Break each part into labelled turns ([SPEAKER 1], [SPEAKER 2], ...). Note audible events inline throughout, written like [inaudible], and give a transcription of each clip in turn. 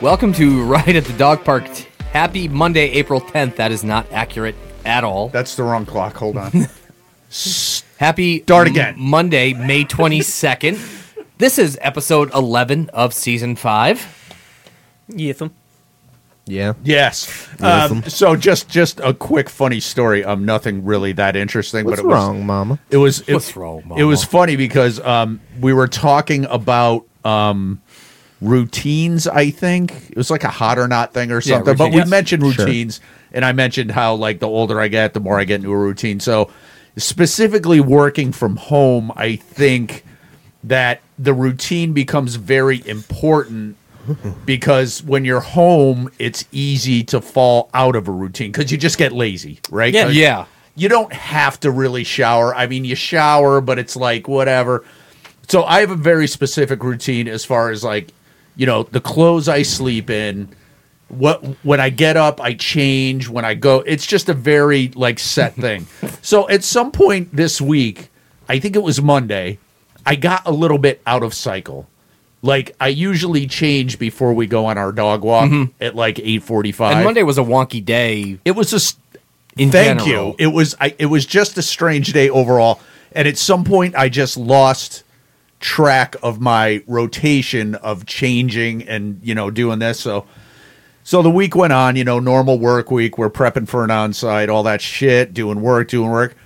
[SPEAKER 1] Welcome to Ride at the Dog Park. Happy Monday, April 10th. That is not accurate at all.
[SPEAKER 2] That's the wrong clock. Hold on.
[SPEAKER 1] Happy
[SPEAKER 2] Start again.
[SPEAKER 1] M- Monday, May 22nd. this is episode 11 of season 5.
[SPEAKER 3] Yitham.
[SPEAKER 4] Yeah.
[SPEAKER 2] [laughs] yes. Um, so just just a quick funny story. Um, nothing really that interesting.
[SPEAKER 4] What's
[SPEAKER 2] but it
[SPEAKER 4] wrong,
[SPEAKER 2] Was,
[SPEAKER 4] Mama?
[SPEAKER 2] it was it,
[SPEAKER 1] What's wrong, Mama?
[SPEAKER 2] It was funny because um we were talking about um routines. I think it was like a hot or not thing or
[SPEAKER 1] Yeah,
[SPEAKER 2] something. but
[SPEAKER 1] routines.
[SPEAKER 2] we
[SPEAKER 1] Yes.
[SPEAKER 2] mentioned
[SPEAKER 4] Sure.
[SPEAKER 2] routines, and I mentioned how like the older I get, the more I get into a routine. So specifically working from home, I think that the routine becomes very important because when you're home, it's easy to fall out of a routine because you just get lazy, right?
[SPEAKER 3] Yeah.
[SPEAKER 2] 'Cause
[SPEAKER 1] Yeah.
[SPEAKER 2] You don't have to really shower. I mean, you shower, but it's like whatever. So I have a very specific routine as far as like, you know, the clothes I sleep in. What when I get up, I change. When I go, it's just a very
[SPEAKER 1] [laughs]
[SPEAKER 2] like set thing. so at some point this week, I think it was Monday, I got a little bit out of cycle. Like I usually change before we go on our dog walk at like eight forty-five.
[SPEAKER 1] Mm-hmm. And Monday was a wonky day
[SPEAKER 2] it was just
[SPEAKER 1] in
[SPEAKER 2] Thank
[SPEAKER 1] general.
[SPEAKER 2] you. It was I, it was just a strange day overall, and at some point I just lost track of my rotation of changing and you know doing this. So so the week went on. You know, normal work week. We're prepping for an onsite, all that shit, doing work, doing work.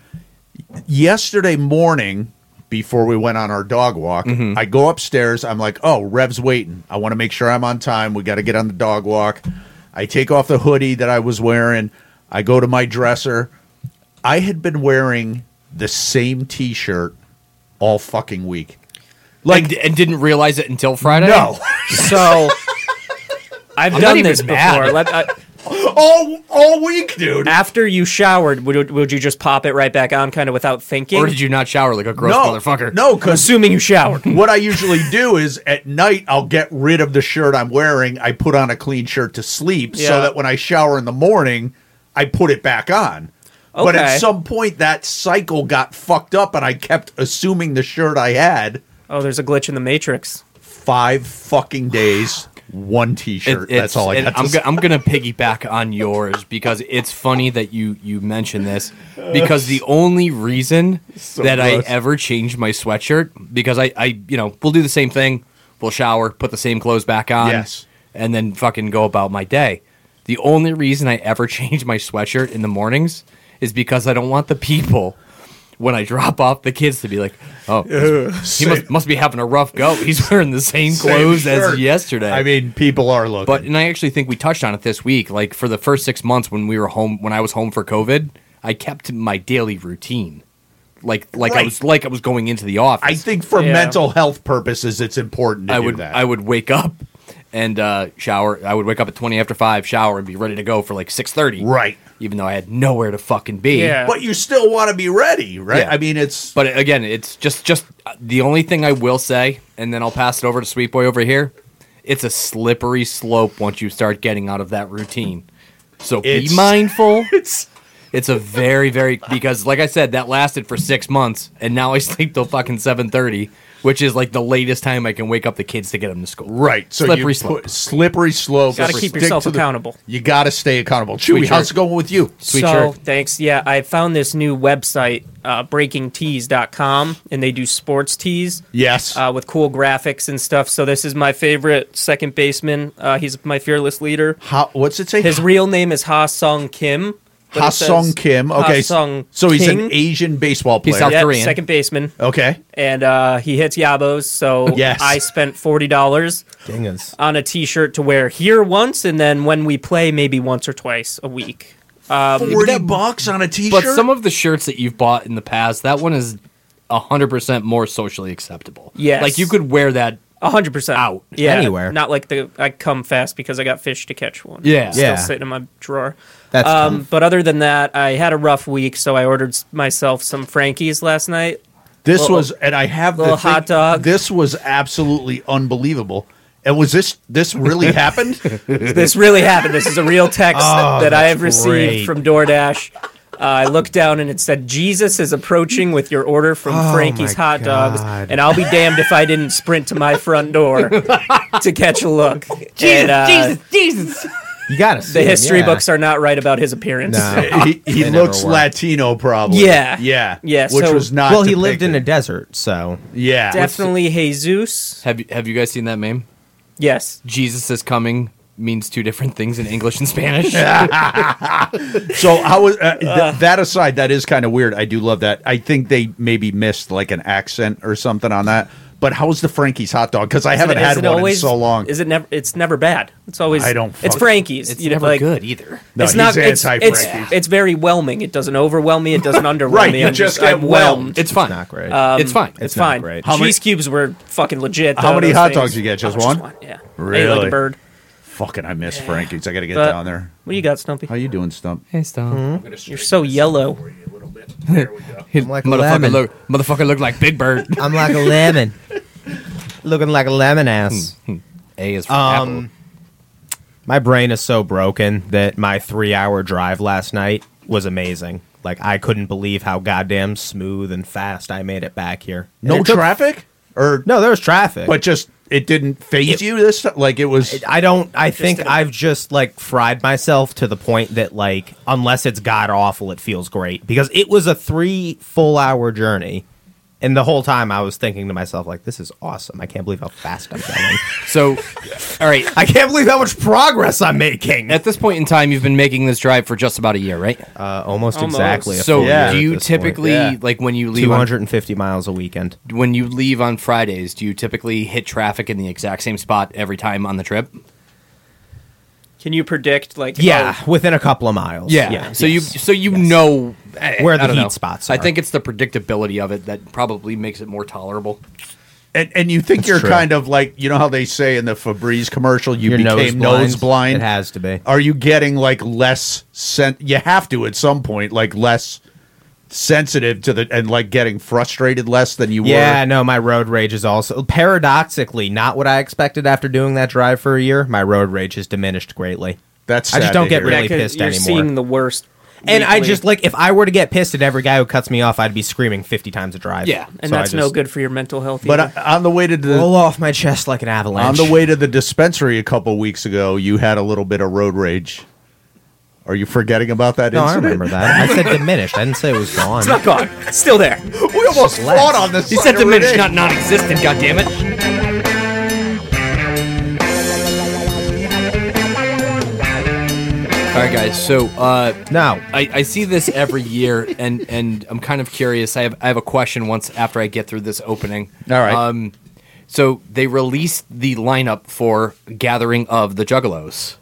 [SPEAKER 2] Yesterday morning. Before we went on our dog walk,
[SPEAKER 1] Mm-hmm.
[SPEAKER 2] I go upstairs. I'm like, oh, Rev's waiting. I want to make sure I'm on time. We got to get on the dog walk. I take off the hoodie that I was wearing. I go to my dresser. I had been wearing the same T-shirt all fucking week.
[SPEAKER 1] Like, and, and didn't realize it until Friday?
[SPEAKER 2] No,
[SPEAKER 3] So [laughs]
[SPEAKER 1] I'm
[SPEAKER 3] I've
[SPEAKER 1] not
[SPEAKER 3] done
[SPEAKER 1] even
[SPEAKER 3] this before.
[SPEAKER 1] mad.
[SPEAKER 3] Let- I-
[SPEAKER 2] [laughs] all all week, dude.
[SPEAKER 3] after you showered, would, would you just pop it right back on, kind of without thinking?
[SPEAKER 1] Or did you not shower like a gross
[SPEAKER 2] no,
[SPEAKER 1] motherfucker?
[SPEAKER 2] No, because
[SPEAKER 3] Assuming you showered.
[SPEAKER 2] what I usually do is at night I'll get rid of the shirt I'm wearing. I put on a clean shirt to sleep, so
[SPEAKER 3] Yeah.
[SPEAKER 2] that when I shower in the morning, I put it back on. But at
[SPEAKER 3] Okay.
[SPEAKER 2] some point, that cycle got fucked up, and I kept assuming the shirt I had
[SPEAKER 3] Oh, there's a glitch in the matrix.
[SPEAKER 2] five fucking days, one T-shirt.
[SPEAKER 1] It-
[SPEAKER 2] That's all I
[SPEAKER 1] it's-
[SPEAKER 2] got.
[SPEAKER 1] and I'm,
[SPEAKER 2] to say.
[SPEAKER 1] go- I'm gonna piggyback on yours because it's funny that you you mention this because the only
[SPEAKER 2] [laughs]
[SPEAKER 1] reason that
[SPEAKER 2] gross.
[SPEAKER 1] I ever changed my sweatshirt because I I you know we'll do the same thing we'll shower put the same clothes back on
[SPEAKER 2] Yes.
[SPEAKER 1] and then fucking go about my day. The only reason I ever [laughs] change my sweatshirt in the mornings is because I don't want the people when I drop off the kids to be like,
[SPEAKER 2] [laughs]
[SPEAKER 1] oh, he must, must be having a rough go. He's wearing the same
[SPEAKER 2] [laughs] Same
[SPEAKER 1] clothes as
[SPEAKER 2] shirt.
[SPEAKER 1] yesterday.
[SPEAKER 2] I mean, people are looking.
[SPEAKER 1] But and I actually think we touched on it this week. Like for the first six months when we were home, when I was home for COVID, I kept my daily routine. Like like I
[SPEAKER 2] Right.
[SPEAKER 1] was like I was going into the
[SPEAKER 2] I
[SPEAKER 1] office.
[SPEAKER 2] think for
[SPEAKER 3] Yeah.
[SPEAKER 2] mental health purposes, it's important to
[SPEAKER 1] I
[SPEAKER 2] do
[SPEAKER 1] would
[SPEAKER 2] that.
[SPEAKER 1] I would wake up and uh, shower. I would wake up at twenty after five, shower, and be ready to go for like six thirty.
[SPEAKER 2] Right.
[SPEAKER 1] Even though I had nowhere to fucking be.
[SPEAKER 3] Yeah.
[SPEAKER 2] But you still want to be ready, right?
[SPEAKER 1] Yeah.
[SPEAKER 2] I mean, it's
[SPEAKER 1] But again, it's just just uh, the only thing I will say, and then I'll pass it over to Sweet Boy over here. It's a slippery slope once you start getting out of that routine. So
[SPEAKER 2] It's-
[SPEAKER 1] be mindful.
[SPEAKER 2] [laughs] it's
[SPEAKER 1] It's a very, very because, like I said, that lasted for six months, and now I sleep till fucking seven thirty, which is like the latest time I can wake up the kids to get them to school.
[SPEAKER 2] right. So
[SPEAKER 1] slippery
[SPEAKER 2] you
[SPEAKER 1] slope.
[SPEAKER 2] put- slippery slope.
[SPEAKER 3] Got to
[SPEAKER 2] Stick
[SPEAKER 3] keep yourself
[SPEAKER 2] to the-
[SPEAKER 3] accountable.
[SPEAKER 2] you got to stay accountable. Chewy,
[SPEAKER 1] shirt.
[SPEAKER 2] how's it going with you?
[SPEAKER 1] Sweet
[SPEAKER 3] so
[SPEAKER 1] shirt.
[SPEAKER 3] thanks. Yeah, I found this new website, uh, breakingtees.com, and they do sports tees.
[SPEAKER 2] Yes.
[SPEAKER 3] uh, with cool graphics and stuff. So this is my favorite second baseman. Uh, he's my fearless leader.
[SPEAKER 2] How? What's it say?
[SPEAKER 3] His real name is Ha Sung Kim. but
[SPEAKER 2] Ha
[SPEAKER 3] it says
[SPEAKER 2] Sung Kim. Okay.
[SPEAKER 3] Ha Sung.
[SPEAKER 2] so he's an
[SPEAKER 3] King.
[SPEAKER 2] Asian baseball
[SPEAKER 1] He's
[SPEAKER 2] player.
[SPEAKER 1] South
[SPEAKER 3] Yep,
[SPEAKER 1] Korean.
[SPEAKER 3] second baseman,
[SPEAKER 2] Okay.
[SPEAKER 3] and uh, he hits yabos. So
[SPEAKER 2] Yes.
[SPEAKER 3] I spent forty dollars
[SPEAKER 4] Dingus.
[SPEAKER 3] on a T-shirt to wear here once, and then when we play, maybe once or twice a week. Um,
[SPEAKER 2] Forty bucks on a T-shirt.
[SPEAKER 1] But some of the shirts that you've bought in the past, that one is hundred percent more socially acceptable.
[SPEAKER 3] Yes.
[SPEAKER 1] like you could wear that.
[SPEAKER 3] hundred percent
[SPEAKER 1] Out.
[SPEAKER 3] Yeah,
[SPEAKER 4] Anywhere.
[SPEAKER 3] Not like the I come fast because I got fish to catch one.
[SPEAKER 1] Yeah.
[SPEAKER 3] It's still
[SPEAKER 4] Yeah.
[SPEAKER 3] sitting in my drawer.
[SPEAKER 4] That's
[SPEAKER 3] um,
[SPEAKER 4] tough.
[SPEAKER 3] but other than that, I had a rough week, so I ordered s- myself some Frankie's last night.
[SPEAKER 2] This
[SPEAKER 3] Little-
[SPEAKER 2] was, and I have the
[SPEAKER 3] little
[SPEAKER 2] thing-
[SPEAKER 3] hot dog.
[SPEAKER 2] This was absolutely unbelievable. And was this this
[SPEAKER 3] [laughs]
[SPEAKER 2] really happened?
[SPEAKER 3] This really happened. This is a real text that, that I have received
[SPEAKER 4] great.
[SPEAKER 3] from DoorDash. Uh, I looked down and it said, Jesus is approaching with your order from
[SPEAKER 4] Oh,
[SPEAKER 3] Frankie's
[SPEAKER 4] my
[SPEAKER 3] Hot Dogs.
[SPEAKER 4] God.
[SPEAKER 3] And I'll be damned if I didn't sprint to my front door to catch a look. and, uh,
[SPEAKER 1] Jesus.
[SPEAKER 4] You gotta see
[SPEAKER 3] The
[SPEAKER 4] him,
[SPEAKER 3] history
[SPEAKER 4] yeah.
[SPEAKER 3] books are not right about his [laughs] appearance.
[SPEAKER 4] [laughs] No.
[SPEAKER 2] he he
[SPEAKER 4] They never
[SPEAKER 2] looks
[SPEAKER 4] were.
[SPEAKER 2] Latino, probably.
[SPEAKER 3] Yeah.
[SPEAKER 2] yeah,
[SPEAKER 3] Yeah,
[SPEAKER 2] Which
[SPEAKER 3] so-
[SPEAKER 2] was not.
[SPEAKER 4] Well, he lived in a
[SPEAKER 2] depicted.
[SPEAKER 4] desert, so
[SPEAKER 2] yeah.
[SPEAKER 3] Definitely Jesus.
[SPEAKER 1] Have you have you guys seen that meme?
[SPEAKER 3] Yes.
[SPEAKER 1] Jesus is coming means two different things in English and Spanish.
[SPEAKER 2] So how was uh, th- that aside? That is kind of weird. I do love that. I think they maybe missed like an accent or something on that. But how's the Frankie's hot dog? Because I haven't
[SPEAKER 3] Is it- is
[SPEAKER 2] had
[SPEAKER 3] it
[SPEAKER 2] one
[SPEAKER 3] always-
[SPEAKER 2] in so long.
[SPEAKER 3] Is it never? It's never bad. It's always.
[SPEAKER 2] I don't
[SPEAKER 3] It's
[SPEAKER 2] fuck-
[SPEAKER 3] Frankie's.
[SPEAKER 1] It's
[SPEAKER 3] You know,
[SPEAKER 1] never
[SPEAKER 3] like,
[SPEAKER 1] good either.
[SPEAKER 2] No,
[SPEAKER 3] it's
[SPEAKER 2] he's
[SPEAKER 3] not. It's,
[SPEAKER 2] anti-Frankie's.
[SPEAKER 3] it's, it's very whelming. It doesn't overwhelm me. It
[SPEAKER 2] [laughs]
[SPEAKER 3] doesn't underwhelm
[SPEAKER 2] Right,
[SPEAKER 3] me.
[SPEAKER 2] you
[SPEAKER 3] I'm
[SPEAKER 2] just get
[SPEAKER 3] I'm
[SPEAKER 2] whelmed.
[SPEAKER 1] It's fine. Uh,
[SPEAKER 4] not great.
[SPEAKER 1] it's fine.
[SPEAKER 3] Um, It's,
[SPEAKER 4] It's not
[SPEAKER 3] fine.
[SPEAKER 4] great.
[SPEAKER 2] How many-
[SPEAKER 3] Cheese cubes were fucking legit.
[SPEAKER 2] How
[SPEAKER 3] though,
[SPEAKER 2] many
[SPEAKER 3] those
[SPEAKER 2] hot
[SPEAKER 3] things.
[SPEAKER 2] dogs you get? Just
[SPEAKER 3] Oh,
[SPEAKER 2] one?
[SPEAKER 3] Yeah. Ate like
[SPEAKER 2] Really?
[SPEAKER 3] a bird.
[SPEAKER 2] Fucking, I miss Frankie's. I got to get
[SPEAKER 3] But-
[SPEAKER 2] down there.
[SPEAKER 3] What do you got, Stumpy?
[SPEAKER 2] How you doing, Stump?
[SPEAKER 1] Hey, stop.
[SPEAKER 3] You're so yellow.
[SPEAKER 1] His
[SPEAKER 4] like a
[SPEAKER 1] motherfucker
[SPEAKER 4] lemon.
[SPEAKER 1] look motherfucker look like Big Bird.
[SPEAKER 4] I'm like a lemon, looking like a lemon ass.
[SPEAKER 1] A is for
[SPEAKER 4] Um, My brain is so broken that my three-hour drive last night was amazing. Like I couldn't believe how goddamn smooth and fast I made it back here.
[SPEAKER 2] [laughs]
[SPEAKER 4] And
[SPEAKER 2] No
[SPEAKER 4] it took-
[SPEAKER 2] traffic, or
[SPEAKER 4] no, there was traffic.
[SPEAKER 2] but just it didn't phase you this time. Like it was.
[SPEAKER 4] I don't. I think
[SPEAKER 3] Just a-
[SPEAKER 4] I've just like fried myself to the point that like unless it's god awful, it feels great because it was a three full hour journey, and the whole time I was thinking to myself like, this is awesome. I can't believe how fast I'm going.
[SPEAKER 1] Apple. So, all right.
[SPEAKER 4] [laughs] I can't believe how much progress I'm making.
[SPEAKER 1] At this point in time, you've been making this drive for just about a year, right?
[SPEAKER 4] Uh, almost,
[SPEAKER 3] Almost.
[SPEAKER 4] exactly. a
[SPEAKER 1] So,
[SPEAKER 4] full year
[SPEAKER 1] do
[SPEAKER 4] at
[SPEAKER 1] you
[SPEAKER 4] this point.
[SPEAKER 1] typically
[SPEAKER 2] Yeah.
[SPEAKER 1] like when you leave on,
[SPEAKER 4] 250 miles a weekend?
[SPEAKER 1] when you leave on Fridays? Do you typically hit traffic in the exact same spot every time on the trip?
[SPEAKER 3] Can you predict like?
[SPEAKER 4] Yeah,
[SPEAKER 3] oh,
[SPEAKER 4] within a couple of miles.
[SPEAKER 1] So
[SPEAKER 4] yes.
[SPEAKER 1] you so you know
[SPEAKER 4] Where
[SPEAKER 1] I
[SPEAKER 4] the
[SPEAKER 1] don't
[SPEAKER 4] heat
[SPEAKER 1] know.
[SPEAKER 4] spots
[SPEAKER 1] I
[SPEAKER 4] are.
[SPEAKER 1] think it's the predictability of it that probably makes it more tolerable.
[SPEAKER 2] And, and you think
[SPEAKER 4] That's
[SPEAKER 2] you're
[SPEAKER 4] true.
[SPEAKER 2] kind of like you know how they say in the Febreze commercial you
[SPEAKER 4] your
[SPEAKER 2] became nose blind.
[SPEAKER 4] It has to be.
[SPEAKER 2] Are you getting like less sen? You have to at some point like less sensitive to the and like getting frustrated less than you
[SPEAKER 4] Yeah,
[SPEAKER 2] were.
[SPEAKER 4] no, my road rage is also paradoxically not what I expected after doing that drive for a year. My road rage has diminished greatly.
[SPEAKER 2] That's
[SPEAKER 4] I just
[SPEAKER 2] sad
[SPEAKER 4] don't
[SPEAKER 2] to
[SPEAKER 4] get
[SPEAKER 2] hear.
[SPEAKER 4] really
[SPEAKER 3] yeah, 'cause
[SPEAKER 4] pissed
[SPEAKER 3] you're
[SPEAKER 4] anymore.
[SPEAKER 3] seeing the worst.
[SPEAKER 4] And I
[SPEAKER 3] weekly,
[SPEAKER 4] just like if I were to get pissed at every guy who cuts me off, I'd be screaming fifty times a drive.
[SPEAKER 1] Yeah,
[SPEAKER 3] and
[SPEAKER 4] So I
[SPEAKER 3] that's no
[SPEAKER 4] just
[SPEAKER 3] good for your mental health.
[SPEAKER 2] But
[SPEAKER 3] either.
[SPEAKER 2] uh, on the way to the
[SPEAKER 4] Roll off my chest like an
[SPEAKER 2] on
[SPEAKER 4] avalanche.
[SPEAKER 2] the way to the dispensary a couple weeks ago, you had a little bit of road rage. Are you forgetting about that?
[SPEAKER 4] No, I
[SPEAKER 2] incident?
[SPEAKER 4] remember that. I said diminished. I didn't say it
[SPEAKER 3] [laughs]
[SPEAKER 4] was gone.
[SPEAKER 3] it's not gone. Still there.
[SPEAKER 2] [laughs] We almost
[SPEAKER 4] Just less.
[SPEAKER 2] fought on this.
[SPEAKER 1] He said diminished, not non-existent. God damn it! All right, guys. So uh,
[SPEAKER 4] No.
[SPEAKER 1] I, I see this every year, [laughs] and and I'm kind of curious. I have I have a question. Once after I get through this opening,
[SPEAKER 2] All right.
[SPEAKER 1] Um, so they released the lineup for Gathering of the Juggalos.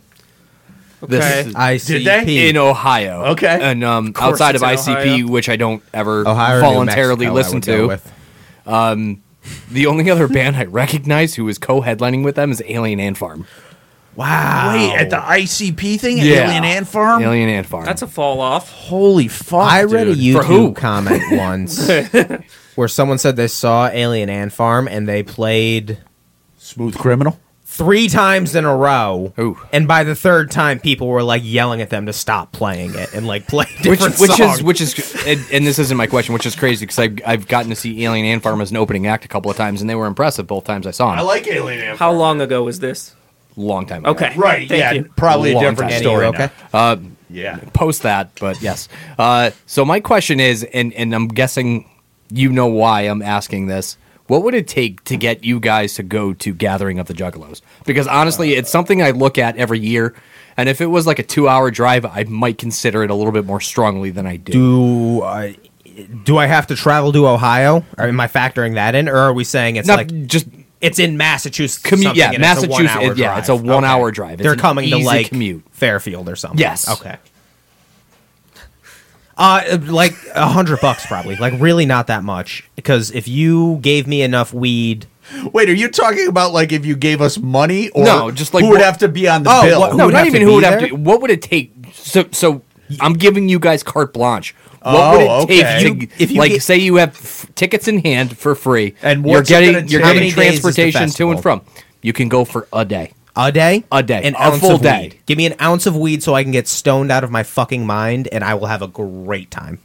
[SPEAKER 3] Okay.
[SPEAKER 4] I E
[SPEAKER 2] Did they?
[SPEAKER 1] in
[SPEAKER 4] Hmm.
[SPEAKER 1] Ohio.
[SPEAKER 2] Okay.
[SPEAKER 1] and um,
[SPEAKER 3] course
[SPEAKER 1] outside of
[SPEAKER 3] it's in
[SPEAKER 1] ICP,
[SPEAKER 3] Ohio.
[SPEAKER 1] which I don't ever
[SPEAKER 4] Ohio or New
[SPEAKER 1] voluntarily
[SPEAKER 4] Mexico, I
[SPEAKER 1] listen
[SPEAKER 4] would go
[SPEAKER 1] to.
[SPEAKER 4] with.
[SPEAKER 1] The only other [laughs] band I recognize who is co-headlining with them is Alien Ant Farm.
[SPEAKER 4] Wow.
[SPEAKER 2] Wait, at the ICP thing, Alien Ant Farm.
[SPEAKER 1] Alien Ant Farm.
[SPEAKER 3] That's a fall off.
[SPEAKER 2] Holy fuck!
[SPEAKER 4] I read a
[SPEAKER 1] For who? [laughs]
[SPEAKER 4] YouTube comment once where someone said they saw Alien Ant Farm and they played
[SPEAKER 2] smooth criminal.
[SPEAKER 4] three times in a row.
[SPEAKER 1] Ooh.
[SPEAKER 4] And by the third time, people were like yelling at them to stop playing it and like play [laughs]
[SPEAKER 1] which,
[SPEAKER 4] different
[SPEAKER 1] which
[SPEAKER 4] songs.
[SPEAKER 1] is which is and, and this isn't my question, which is crazy because I've, I've gotten to see Alien Ant Farm as an opening act a couple of times, and they were impressive both times I saw them.
[SPEAKER 2] like Alien Ant.
[SPEAKER 3] How long ago was this?
[SPEAKER 1] Long time. ago.
[SPEAKER 3] Okay.
[SPEAKER 2] Right.
[SPEAKER 3] Thank
[SPEAKER 2] yeah.
[SPEAKER 3] you.
[SPEAKER 2] Probably
[SPEAKER 1] Long
[SPEAKER 2] a different
[SPEAKER 1] time.
[SPEAKER 4] Annie,
[SPEAKER 2] story.
[SPEAKER 4] you're
[SPEAKER 2] Okay.
[SPEAKER 4] okay.
[SPEAKER 2] Yeah.
[SPEAKER 1] post that, but yes. Uh, so my question is, and and I'm guessing you know why I'm asking this. What would it take to get you guys to go to Gathering of the Juggalos? Because honestly, it's something I look at every year, and if it was like a two-hour drive, I might consider it a little bit more strongly than I do.
[SPEAKER 4] Do I uh, do I have to travel to Ohio? Or am I factoring that in, or are we saying it's
[SPEAKER 1] Not
[SPEAKER 4] like
[SPEAKER 1] just
[SPEAKER 4] it's in Massachusetts?
[SPEAKER 1] Commu-
[SPEAKER 4] something
[SPEAKER 1] yeah,
[SPEAKER 4] and
[SPEAKER 1] Massachusetts,
[SPEAKER 4] It's a one-hour
[SPEAKER 1] it- yeah, it's a
[SPEAKER 4] drive.
[SPEAKER 1] one-hour drive. It's
[SPEAKER 4] They're
[SPEAKER 1] an
[SPEAKER 4] coming to
[SPEAKER 1] easy
[SPEAKER 4] like
[SPEAKER 1] commute.
[SPEAKER 4] Fairfield or something.
[SPEAKER 1] Yes.
[SPEAKER 4] Okay. Uh, like a hundred bucks probably. Like really not that much because if you gave me enough weed.
[SPEAKER 2] Wait, are you talking about like if you gave us money or
[SPEAKER 1] No, just like
[SPEAKER 2] who would
[SPEAKER 1] what-
[SPEAKER 2] have to be on the
[SPEAKER 4] Oh,
[SPEAKER 2] bill?
[SPEAKER 4] what-
[SPEAKER 1] no,
[SPEAKER 4] would
[SPEAKER 1] not
[SPEAKER 4] have
[SPEAKER 1] even
[SPEAKER 4] to
[SPEAKER 1] who
[SPEAKER 4] be
[SPEAKER 1] would have
[SPEAKER 4] there?
[SPEAKER 1] to. What would it take? So, so I'm giving you guys carte blanche. What
[SPEAKER 2] Oh,
[SPEAKER 1] would it
[SPEAKER 2] okay.
[SPEAKER 1] take?
[SPEAKER 4] If
[SPEAKER 1] To,
[SPEAKER 4] you- if you
[SPEAKER 1] like,
[SPEAKER 4] get-
[SPEAKER 1] say you have f- tickets in hand for free,
[SPEAKER 2] And
[SPEAKER 1] you're
[SPEAKER 2] what's it
[SPEAKER 1] getting
[SPEAKER 2] gonna
[SPEAKER 1] you're
[SPEAKER 2] take? How
[SPEAKER 1] getting
[SPEAKER 4] many days is the
[SPEAKER 1] transportation to and
[SPEAKER 4] festival?
[SPEAKER 1] from. You can go for a day.
[SPEAKER 4] A day?
[SPEAKER 1] A day.
[SPEAKER 4] An
[SPEAKER 1] A
[SPEAKER 4] ounce
[SPEAKER 1] full
[SPEAKER 4] of
[SPEAKER 1] day.
[SPEAKER 4] weed. Give me an ounce of weed so I can get stoned out of my fucking mind and I will have a great time.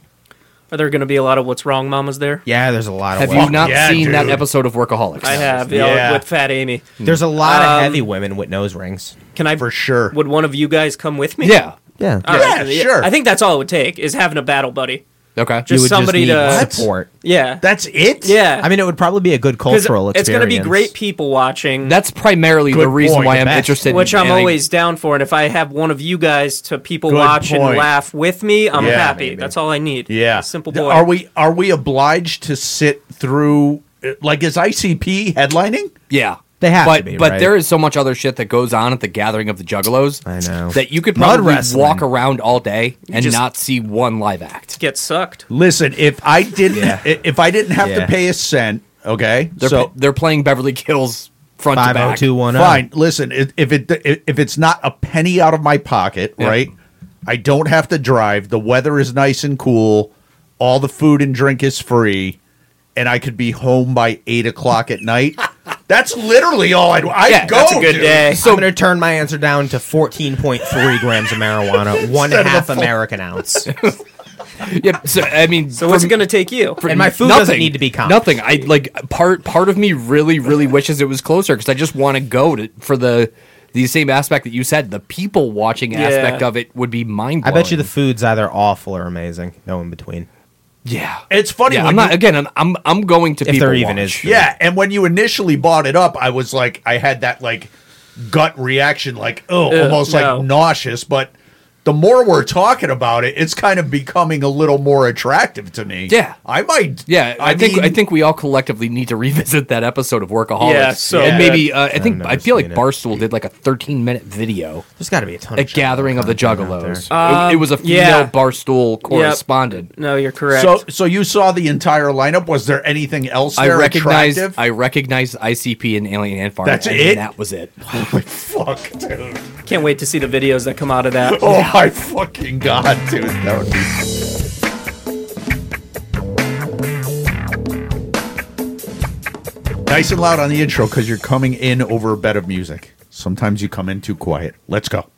[SPEAKER 3] Are there going to be a lot of what's wrong mamas there?
[SPEAKER 4] Yeah, there's a lot
[SPEAKER 1] Have
[SPEAKER 4] of
[SPEAKER 1] you
[SPEAKER 4] women.
[SPEAKER 1] not
[SPEAKER 2] yeah,
[SPEAKER 1] seen that
[SPEAKER 2] dude.
[SPEAKER 1] episode of Workaholics?
[SPEAKER 3] I have yeah.
[SPEAKER 2] Yeah.
[SPEAKER 3] with Fat Amy.
[SPEAKER 4] There's a lot
[SPEAKER 3] Um,
[SPEAKER 4] of heavy women with nose rings.
[SPEAKER 3] Can I
[SPEAKER 2] for sure.
[SPEAKER 3] Would one of you guys come with me?
[SPEAKER 1] Yeah.
[SPEAKER 4] Yeah.
[SPEAKER 3] All
[SPEAKER 2] Yeah, sure.
[SPEAKER 3] I think that's all it would take is having a battle buddy.
[SPEAKER 1] Okay.
[SPEAKER 4] You
[SPEAKER 3] Just
[SPEAKER 4] would
[SPEAKER 3] somebody
[SPEAKER 4] need
[SPEAKER 3] to-
[SPEAKER 4] support.
[SPEAKER 3] Yeah,
[SPEAKER 2] That's it.
[SPEAKER 3] yeah.
[SPEAKER 4] I mean, it would probably be a good
[SPEAKER 3] 'Cause
[SPEAKER 4] cultural experience.
[SPEAKER 3] It's going to be great people watching.
[SPEAKER 1] That's primarily the
[SPEAKER 2] Good
[SPEAKER 1] reason
[SPEAKER 2] point.
[SPEAKER 1] why
[SPEAKER 2] The
[SPEAKER 1] I'm
[SPEAKER 2] best.
[SPEAKER 1] interested.
[SPEAKER 3] which I'm
[SPEAKER 1] and I-
[SPEAKER 3] always down for, and if I have one of you guys to people
[SPEAKER 2] Good
[SPEAKER 3] watch and
[SPEAKER 2] point.
[SPEAKER 3] laugh with me, I'm
[SPEAKER 2] Yeah,
[SPEAKER 3] happy.
[SPEAKER 4] maybe.
[SPEAKER 3] That's all I need.
[SPEAKER 2] Yeah.
[SPEAKER 3] simple
[SPEAKER 2] Th-
[SPEAKER 3] boy.
[SPEAKER 2] Are we are we obliged to sit through uh, like is ICP headlining?
[SPEAKER 1] yeah.
[SPEAKER 4] They have
[SPEAKER 1] but,
[SPEAKER 4] to be,
[SPEAKER 1] but
[SPEAKER 4] right?
[SPEAKER 1] there is so much other shit that goes on at the Gathering of the Juggalos.
[SPEAKER 4] I know.
[SPEAKER 1] that you could
[SPEAKER 4] Mud
[SPEAKER 1] probably
[SPEAKER 4] wrestling.
[SPEAKER 1] walk around all day and
[SPEAKER 3] just-
[SPEAKER 1] not see one live act.
[SPEAKER 3] get sucked?
[SPEAKER 2] Listen, if I didn't
[SPEAKER 4] Yeah.
[SPEAKER 2] i- if I didn't have
[SPEAKER 4] Yeah.
[SPEAKER 2] to pay a cent, okay?
[SPEAKER 1] They're
[SPEAKER 2] so
[SPEAKER 1] pa- they're playing Beverly Hills front to back.
[SPEAKER 4] 50210.
[SPEAKER 2] fine. Listen, if if it if it's not a penny out of my pocket,
[SPEAKER 1] Yeah.
[SPEAKER 2] right? I don't have to drive. The weather is nice and cool. All the food and drink is free, and I could be home by eight o'clock
[SPEAKER 1] [laughs]
[SPEAKER 2] at night. That's literally all I'd. I'd
[SPEAKER 1] Yeah,
[SPEAKER 2] go.
[SPEAKER 1] that's a good
[SPEAKER 2] dude.
[SPEAKER 3] day.
[SPEAKER 4] So I'm going to turn my answer down to 14.3 [laughs] grams of marijuana, one
[SPEAKER 2] Instead of a
[SPEAKER 4] half
[SPEAKER 2] full-
[SPEAKER 4] American ounce.
[SPEAKER 1] Yeah, so I mean,
[SPEAKER 3] So what's it going to take you?
[SPEAKER 4] And my food doesn't need to be comped.
[SPEAKER 1] Nothing. I like part part of me really really wishes it was closer because I just want to go to for the the same aspect that you said. The people watching
[SPEAKER 3] Yeah.
[SPEAKER 1] aspect of it would be mind.
[SPEAKER 4] I bet you the food's either awful or amazing. No in between.
[SPEAKER 1] yeah.
[SPEAKER 2] It's funny.
[SPEAKER 1] Yeah,
[SPEAKER 2] when
[SPEAKER 1] I'm not
[SPEAKER 2] you-
[SPEAKER 1] again. I'm I'm, I'm going to
[SPEAKER 4] If
[SPEAKER 1] people
[SPEAKER 4] there even
[SPEAKER 1] watch.
[SPEAKER 4] is food.
[SPEAKER 2] Yeah, and when you initially bought it up, I was like, I had that like gut reaction, like oh,
[SPEAKER 3] Ugh,
[SPEAKER 2] almost
[SPEAKER 3] no.
[SPEAKER 2] like nauseous. But the more we're talking about it, it's kind of becoming a little more attractive to me.
[SPEAKER 1] Yeah.
[SPEAKER 2] I might.
[SPEAKER 1] Yeah, I, think
[SPEAKER 2] mean,
[SPEAKER 1] I think we all collectively need to [laughs] revisit that episode of Workaholics.
[SPEAKER 3] Yeah, so
[SPEAKER 1] and
[SPEAKER 3] good.
[SPEAKER 1] maybe uh, I think
[SPEAKER 4] never
[SPEAKER 1] I feel like
[SPEAKER 4] seen it.
[SPEAKER 1] Barstool did like a 13 minute video
[SPEAKER 4] There's got to be a ton
[SPEAKER 1] a
[SPEAKER 4] of shit
[SPEAKER 1] gathering of the
[SPEAKER 4] content out there.
[SPEAKER 1] [laughs] Juggalos. it,
[SPEAKER 2] Um,
[SPEAKER 1] it was a female
[SPEAKER 3] yeah.
[SPEAKER 1] Barstool correspondent.
[SPEAKER 3] No, you're correct.
[SPEAKER 2] so. So you saw the entire lineup. Was there anything else?
[SPEAKER 1] I
[SPEAKER 2] there
[SPEAKER 1] recognized
[SPEAKER 2] attractive?
[SPEAKER 1] I recognized ICP and Alien Ant Farm.
[SPEAKER 2] That's
[SPEAKER 1] and
[SPEAKER 2] it?
[SPEAKER 1] That was it.
[SPEAKER 2] [laughs] Fuck, dude.
[SPEAKER 3] Can't wait to see the videos that come out of that.
[SPEAKER 2] Oh my fucking god, dude. That would be. Nice and loud on the intro because you're coming in over a bed of music. Sometimes you come in too quiet. Let's go.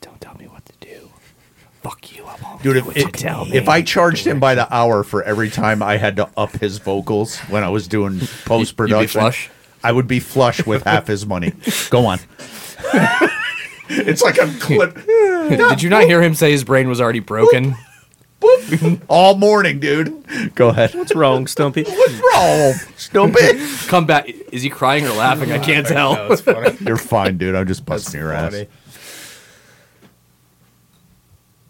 [SPEAKER 1] Don't tell me what to do. Fuck you. I won't.
[SPEAKER 2] Dude,
[SPEAKER 1] do
[SPEAKER 2] if,
[SPEAKER 1] what you
[SPEAKER 2] it,
[SPEAKER 1] tell me.
[SPEAKER 2] if I charged him by the hour for every time I had to up his vocals when I was doing post production,
[SPEAKER 1] flush?
[SPEAKER 2] I would be flush with half his money. Go on. [laughs] it's like a clip
[SPEAKER 1] [laughs] [laughs] did you not hear him say his brain was already broken?
[SPEAKER 2] all morning, dude. Go ahead.
[SPEAKER 3] What's wrong, Stumpy?
[SPEAKER 2] What's wrong, stupid?
[SPEAKER 1] [laughs] Come back. Is he crying or laughing? I
[SPEAKER 2] [laughs]
[SPEAKER 1] can't
[SPEAKER 4] No,
[SPEAKER 1] tell.
[SPEAKER 4] it's funny.
[SPEAKER 2] You're fine, dude. I'm just busting your ass.
[SPEAKER 4] Funny.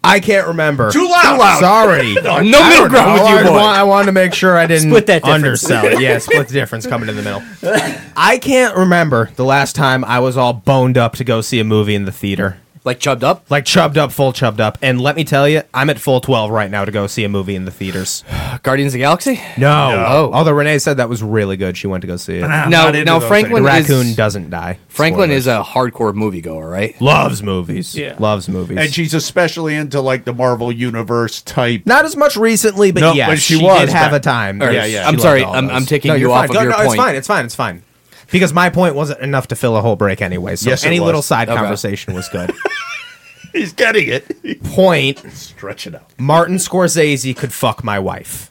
[SPEAKER 4] I can't remember.
[SPEAKER 2] Too loud.
[SPEAKER 4] Sorry.
[SPEAKER 1] No middle ground
[SPEAKER 4] All
[SPEAKER 1] with you,
[SPEAKER 4] I,
[SPEAKER 1] boy.
[SPEAKER 4] want, I wanted to make sure I didn't
[SPEAKER 3] Split that difference.
[SPEAKER 4] undersell it. Yeah, split the difference coming in the
[SPEAKER 1] [laughs]
[SPEAKER 4] middle. I can't remember the last time I was all boned up to go see a movie in the theater.
[SPEAKER 1] Like chubbed up.
[SPEAKER 4] Like chubbed up, full chubbed up. And let me tell you, I'm at full 12 right now to go see a movie in the theaters.
[SPEAKER 1] Guardians of the Galaxy.
[SPEAKER 4] No.
[SPEAKER 1] No.
[SPEAKER 4] Although Renee said that was really good. She went to go see it.
[SPEAKER 2] I'm
[SPEAKER 1] now,
[SPEAKER 2] not into
[SPEAKER 1] now
[SPEAKER 2] those
[SPEAKER 4] The
[SPEAKER 1] Franklin is
[SPEAKER 4] raccoon doesn't die.
[SPEAKER 1] Franklin
[SPEAKER 4] Spoilers.
[SPEAKER 1] is a hardcore moviegoer, right?
[SPEAKER 4] loves movies.
[SPEAKER 3] Yeah.
[SPEAKER 4] Loves movies.
[SPEAKER 2] And she's especially into like the Marvel Universe type.
[SPEAKER 4] Not as much recently, but
[SPEAKER 2] No,
[SPEAKER 4] yes,
[SPEAKER 2] but
[SPEAKER 4] she,
[SPEAKER 2] she was
[SPEAKER 4] did have
[SPEAKER 2] back-
[SPEAKER 4] a time.
[SPEAKER 1] Or-
[SPEAKER 4] Yes,
[SPEAKER 1] yeah.
[SPEAKER 4] she
[SPEAKER 1] I'm
[SPEAKER 4] loved
[SPEAKER 1] sorry,
[SPEAKER 4] all
[SPEAKER 1] I'm-
[SPEAKER 4] those.
[SPEAKER 1] I'm taking
[SPEAKER 4] No,
[SPEAKER 1] you
[SPEAKER 4] you're
[SPEAKER 1] off
[SPEAKER 4] fine.
[SPEAKER 1] of
[SPEAKER 4] No,
[SPEAKER 1] your
[SPEAKER 4] no,
[SPEAKER 1] point.
[SPEAKER 4] It's fine. It's fine. It's fine. Because my point wasn't enough to fill a whole break anyway. So
[SPEAKER 2] Yes, it
[SPEAKER 4] any
[SPEAKER 2] was.
[SPEAKER 4] little side
[SPEAKER 1] Okay.
[SPEAKER 4] conversation was
[SPEAKER 2] [laughs]
[SPEAKER 4] good. [laughs]
[SPEAKER 2] He's getting it.
[SPEAKER 4] point:
[SPEAKER 2] Stretch it out.
[SPEAKER 4] Martin Scorsese could fuck my wife.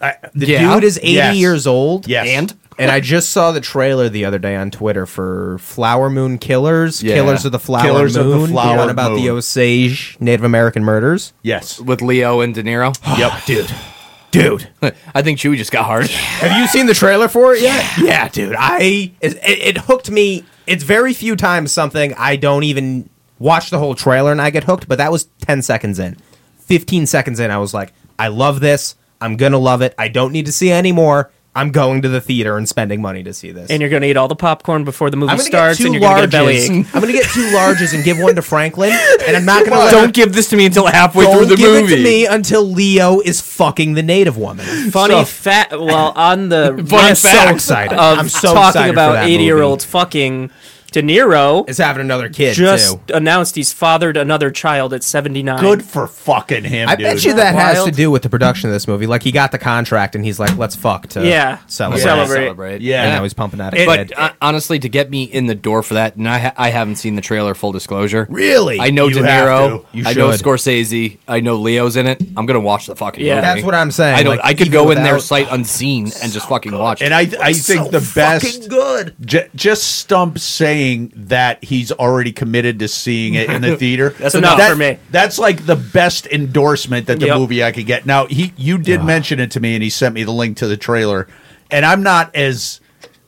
[SPEAKER 2] I,
[SPEAKER 4] The
[SPEAKER 1] Yeah?
[SPEAKER 4] dude is 80
[SPEAKER 2] Yes.
[SPEAKER 4] years old.
[SPEAKER 2] Yes.
[SPEAKER 1] And
[SPEAKER 4] And I just saw the trailer the other day on Twitter for Flower Moon Killers,
[SPEAKER 1] Yeah.
[SPEAKER 4] Killers of the Flower
[SPEAKER 2] Killers of
[SPEAKER 4] Moon,
[SPEAKER 2] the Flower
[SPEAKER 4] one about the
[SPEAKER 2] Moon.
[SPEAKER 4] Osage Native American murders.
[SPEAKER 2] [sighs] yes.
[SPEAKER 1] with Leo and De
[SPEAKER 2] [gasps]
[SPEAKER 1] Niro.
[SPEAKER 2] Yep. Dude.
[SPEAKER 1] [laughs]
[SPEAKER 4] Dude,
[SPEAKER 1] I think Chewie just got hard.
[SPEAKER 4] Have you seen the trailer for it yet? Yeah, dude. I it, it hooked me. It's very few times something I don't even watch the whole trailer and I get hooked, but that was 10 seconds in. 15 seconds in I was like, I love this. I'm going to love it. I don't need to see any more. I'm going to the theater and spending money to see this.
[SPEAKER 3] And you're going to eat all the popcorn before the movie
[SPEAKER 4] I'm gonna
[SPEAKER 3] starts,
[SPEAKER 4] get
[SPEAKER 3] and
[SPEAKER 4] two
[SPEAKER 3] you're going to get a
[SPEAKER 4] larges.
[SPEAKER 3] bellyache.
[SPEAKER 4] I'm going to get two larges and give one to Franklin, and I'm not going to
[SPEAKER 1] Don't give this to me until halfway
[SPEAKER 4] don't
[SPEAKER 1] through the
[SPEAKER 4] give
[SPEAKER 1] movie.
[SPEAKER 4] it to me until Leo is fucking the native woman.
[SPEAKER 3] Funny fat. Well, on the
[SPEAKER 1] Fun
[SPEAKER 3] risk
[SPEAKER 1] fact.
[SPEAKER 4] excited.
[SPEAKER 3] of
[SPEAKER 4] I'm so
[SPEAKER 3] talking
[SPEAKER 4] excited for
[SPEAKER 3] about
[SPEAKER 4] that
[SPEAKER 3] eighty year
[SPEAKER 4] movie.
[SPEAKER 3] olds fucking. De Niro
[SPEAKER 4] is having another kid too.
[SPEAKER 3] just announced he's fathered another child at 79.
[SPEAKER 2] Good for fucking him.
[SPEAKER 4] I
[SPEAKER 2] dude.
[SPEAKER 4] bet you that has to
[SPEAKER 3] Wild.
[SPEAKER 4] do with the production of this movie. Like he got the contract and he's like, "Let's fuck to
[SPEAKER 3] Yeah.
[SPEAKER 4] celebrate."
[SPEAKER 3] Celebrate.
[SPEAKER 4] And
[SPEAKER 2] Yeah.
[SPEAKER 4] now he's pumping out a
[SPEAKER 1] But
[SPEAKER 4] kid.
[SPEAKER 1] uh, honestly, to get me in the door for that, and I, ha- I haven't seen the trailer. Full disclosure,
[SPEAKER 4] Really?
[SPEAKER 1] I know
[SPEAKER 2] You
[SPEAKER 1] De
[SPEAKER 2] have
[SPEAKER 1] Niro,
[SPEAKER 2] to. You
[SPEAKER 1] I know
[SPEAKER 4] should.
[SPEAKER 1] Scorsese, I know Leo's in it. I'm gonna watch the fucking
[SPEAKER 3] Yeah.
[SPEAKER 1] movie.
[SPEAKER 4] That's what I'm saying.
[SPEAKER 1] I don't.
[SPEAKER 4] Like,
[SPEAKER 1] I could
[SPEAKER 4] even
[SPEAKER 1] go in there
[SPEAKER 4] without-
[SPEAKER 1] sight unseen and just fucking watch. it.
[SPEAKER 2] And I, I think the best,
[SPEAKER 4] good.
[SPEAKER 2] j- just Stump saying that he's already committed to seeing it in
[SPEAKER 3] [laughs]
[SPEAKER 2] the theater.
[SPEAKER 1] That's
[SPEAKER 3] enough
[SPEAKER 2] That-
[SPEAKER 3] for me.
[SPEAKER 2] That's like the best endorsement that the
[SPEAKER 3] Yep.
[SPEAKER 2] movie I could get. Now he, you did mention it to me, and he sent me the link to the trailer. And I'm not as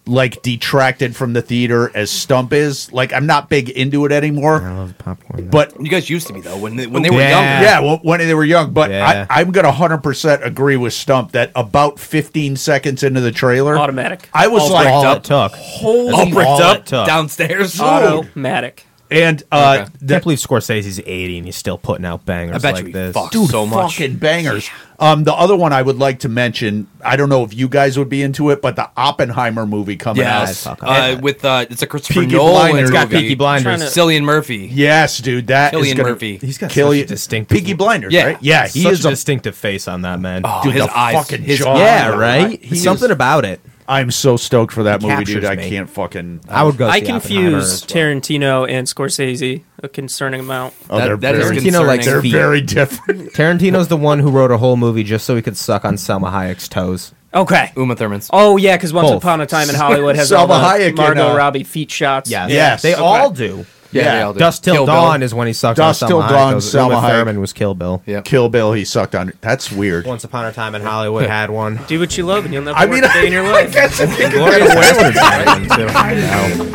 [SPEAKER 2] like detracted from the theater as Stump is. Like I'm not big into it anymore.
[SPEAKER 4] I love popcorn.
[SPEAKER 2] But
[SPEAKER 1] you guys used to be though when they, when they were
[SPEAKER 4] Yeah.
[SPEAKER 1] young.
[SPEAKER 2] Oh, Yeah, well, when they were young, but
[SPEAKER 4] Yeah.
[SPEAKER 2] I, I'm going to 100% agree with Stump that about 15 seconds into the trailer,
[SPEAKER 3] Automatic.
[SPEAKER 2] I was
[SPEAKER 1] All
[SPEAKER 2] like,
[SPEAKER 4] all
[SPEAKER 1] up.
[SPEAKER 4] it took.
[SPEAKER 1] Holy
[SPEAKER 4] That's
[SPEAKER 1] all bricked
[SPEAKER 4] all
[SPEAKER 1] up
[SPEAKER 4] it took.
[SPEAKER 1] downstairs.
[SPEAKER 2] Oh.
[SPEAKER 3] Automatic.
[SPEAKER 2] and uh,
[SPEAKER 1] Okay.
[SPEAKER 4] I can't
[SPEAKER 2] the
[SPEAKER 4] believe Scorsese's 80 and he's still putting out bangers
[SPEAKER 1] I bet
[SPEAKER 4] like
[SPEAKER 1] you he
[SPEAKER 4] this.
[SPEAKER 1] fucked Dude, so much.
[SPEAKER 2] fucking bangers. Um, the other one I would like to mention, I don't know if you guys would be into it, but the Oppenheimer movie coming
[SPEAKER 1] Yes,
[SPEAKER 2] out.
[SPEAKER 4] fuck off.
[SPEAKER 1] uh, with uh, it's a Christopher
[SPEAKER 2] Peaky
[SPEAKER 1] Nolan
[SPEAKER 2] Blinders.
[SPEAKER 4] He's got
[SPEAKER 1] movie.
[SPEAKER 4] Peaky
[SPEAKER 3] Trying
[SPEAKER 4] Blinders.
[SPEAKER 3] to-
[SPEAKER 1] Cillian Murphy.
[SPEAKER 2] Yes, dude, that is
[SPEAKER 1] Cillian
[SPEAKER 2] gonna,
[SPEAKER 1] Murphy.
[SPEAKER 4] He's got
[SPEAKER 2] kill
[SPEAKER 4] such a
[SPEAKER 2] you.
[SPEAKER 4] distinctive-
[SPEAKER 2] Peaky Blinders,
[SPEAKER 1] Yeah.
[SPEAKER 2] right? Yeah, he
[SPEAKER 4] Such
[SPEAKER 2] is
[SPEAKER 4] a
[SPEAKER 2] a.
[SPEAKER 4] distinctive face on that man.
[SPEAKER 1] Oh,
[SPEAKER 2] Dude,
[SPEAKER 1] his
[SPEAKER 2] the
[SPEAKER 1] eyes,
[SPEAKER 2] fucking
[SPEAKER 1] his
[SPEAKER 2] jaw.
[SPEAKER 4] yeah,
[SPEAKER 1] eyes are-
[SPEAKER 4] right.
[SPEAKER 2] He
[SPEAKER 4] Something
[SPEAKER 2] is-
[SPEAKER 4] about it.
[SPEAKER 2] I'm so stoked for that
[SPEAKER 4] He
[SPEAKER 2] movie, dude.
[SPEAKER 4] captures
[SPEAKER 2] I
[SPEAKER 4] me.
[SPEAKER 2] can't fucking.
[SPEAKER 4] I would go.
[SPEAKER 3] I
[SPEAKER 4] see Oppenheimer
[SPEAKER 3] confuse
[SPEAKER 4] as well.
[SPEAKER 3] Tarantino and Scorsese a concerning amount.
[SPEAKER 2] Oh,
[SPEAKER 1] That-
[SPEAKER 2] they're
[SPEAKER 1] that is
[SPEAKER 2] very,
[SPEAKER 4] Tarantino
[SPEAKER 1] concerning.
[SPEAKER 4] likes
[SPEAKER 2] they're
[SPEAKER 4] feet.
[SPEAKER 2] very different.
[SPEAKER 4] Tarantino's the one who wrote a whole movie just so he could suck on Selma Hayek's toes.
[SPEAKER 3] Okay.
[SPEAKER 1] Uma Thurman's.
[SPEAKER 3] Oh yeah, because Once
[SPEAKER 4] Both.
[SPEAKER 3] Upon a Time in Hollywood has all
[SPEAKER 2] Salma
[SPEAKER 3] the
[SPEAKER 2] Hayek and,
[SPEAKER 3] Margot
[SPEAKER 2] uh,
[SPEAKER 3] Robbie feet shots.
[SPEAKER 4] Yes,
[SPEAKER 2] Yes.
[SPEAKER 4] they
[SPEAKER 2] Okay.
[SPEAKER 4] all do.
[SPEAKER 2] yeah.
[SPEAKER 1] they all do.
[SPEAKER 4] Dust till
[SPEAKER 1] Kill Bill.
[SPEAKER 4] dawn is when he sucked
[SPEAKER 2] Dust
[SPEAKER 4] on
[SPEAKER 2] Till
[SPEAKER 4] Selma
[SPEAKER 2] Dawn,
[SPEAKER 4] Hayek. Those-
[SPEAKER 2] Selma
[SPEAKER 4] Uma
[SPEAKER 2] Hayek.
[SPEAKER 4] Thurman was Kill Bill.
[SPEAKER 1] Yep.
[SPEAKER 2] Kill Bill, he sucked on. That's weird.
[SPEAKER 4] Once upon a time
[SPEAKER 1] [laughs]
[SPEAKER 4] in Hollywood had one.
[SPEAKER 3] Do what you love and you'll never
[SPEAKER 2] I
[SPEAKER 3] work
[SPEAKER 2] mean, [laughs]
[SPEAKER 3] a day in your life.
[SPEAKER 2] guess if you could get
[SPEAKER 4] Glorious
[SPEAKER 2] away with
[SPEAKER 4] Bastards had one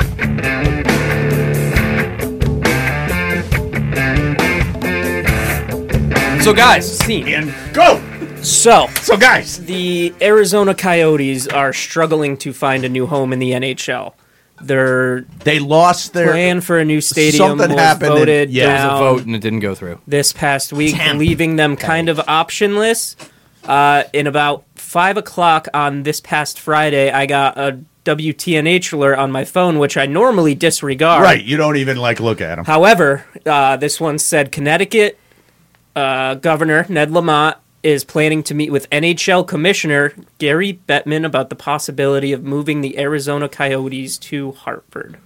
[SPEAKER 4] too. No.
[SPEAKER 1] So guys,
[SPEAKER 3] Scene.
[SPEAKER 2] And go.
[SPEAKER 3] So
[SPEAKER 2] So, guys,
[SPEAKER 3] the Arizona Coyotes are struggling to find a new home in the NHL. Their
[SPEAKER 2] they lost their.
[SPEAKER 3] plan for a new stadium
[SPEAKER 2] Something
[SPEAKER 3] was
[SPEAKER 2] happened and-
[SPEAKER 3] voted
[SPEAKER 2] yeah. There was a
[SPEAKER 1] a
[SPEAKER 3] down
[SPEAKER 1] vote and it didn't go through.
[SPEAKER 3] this past week, leaving them kind of optionless. Uh, in about five o'clock on this past Friday, I got a WTNH alert on my phone, which I normally disregard.
[SPEAKER 2] Right, you don't even like look at them.
[SPEAKER 3] However, uh, this one said Connecticut uh, Governor Ned Lamont is planning to meet with NHL Commissioner Gary Bettman about the possibility of moving the Arizona Coyotes to Hartford.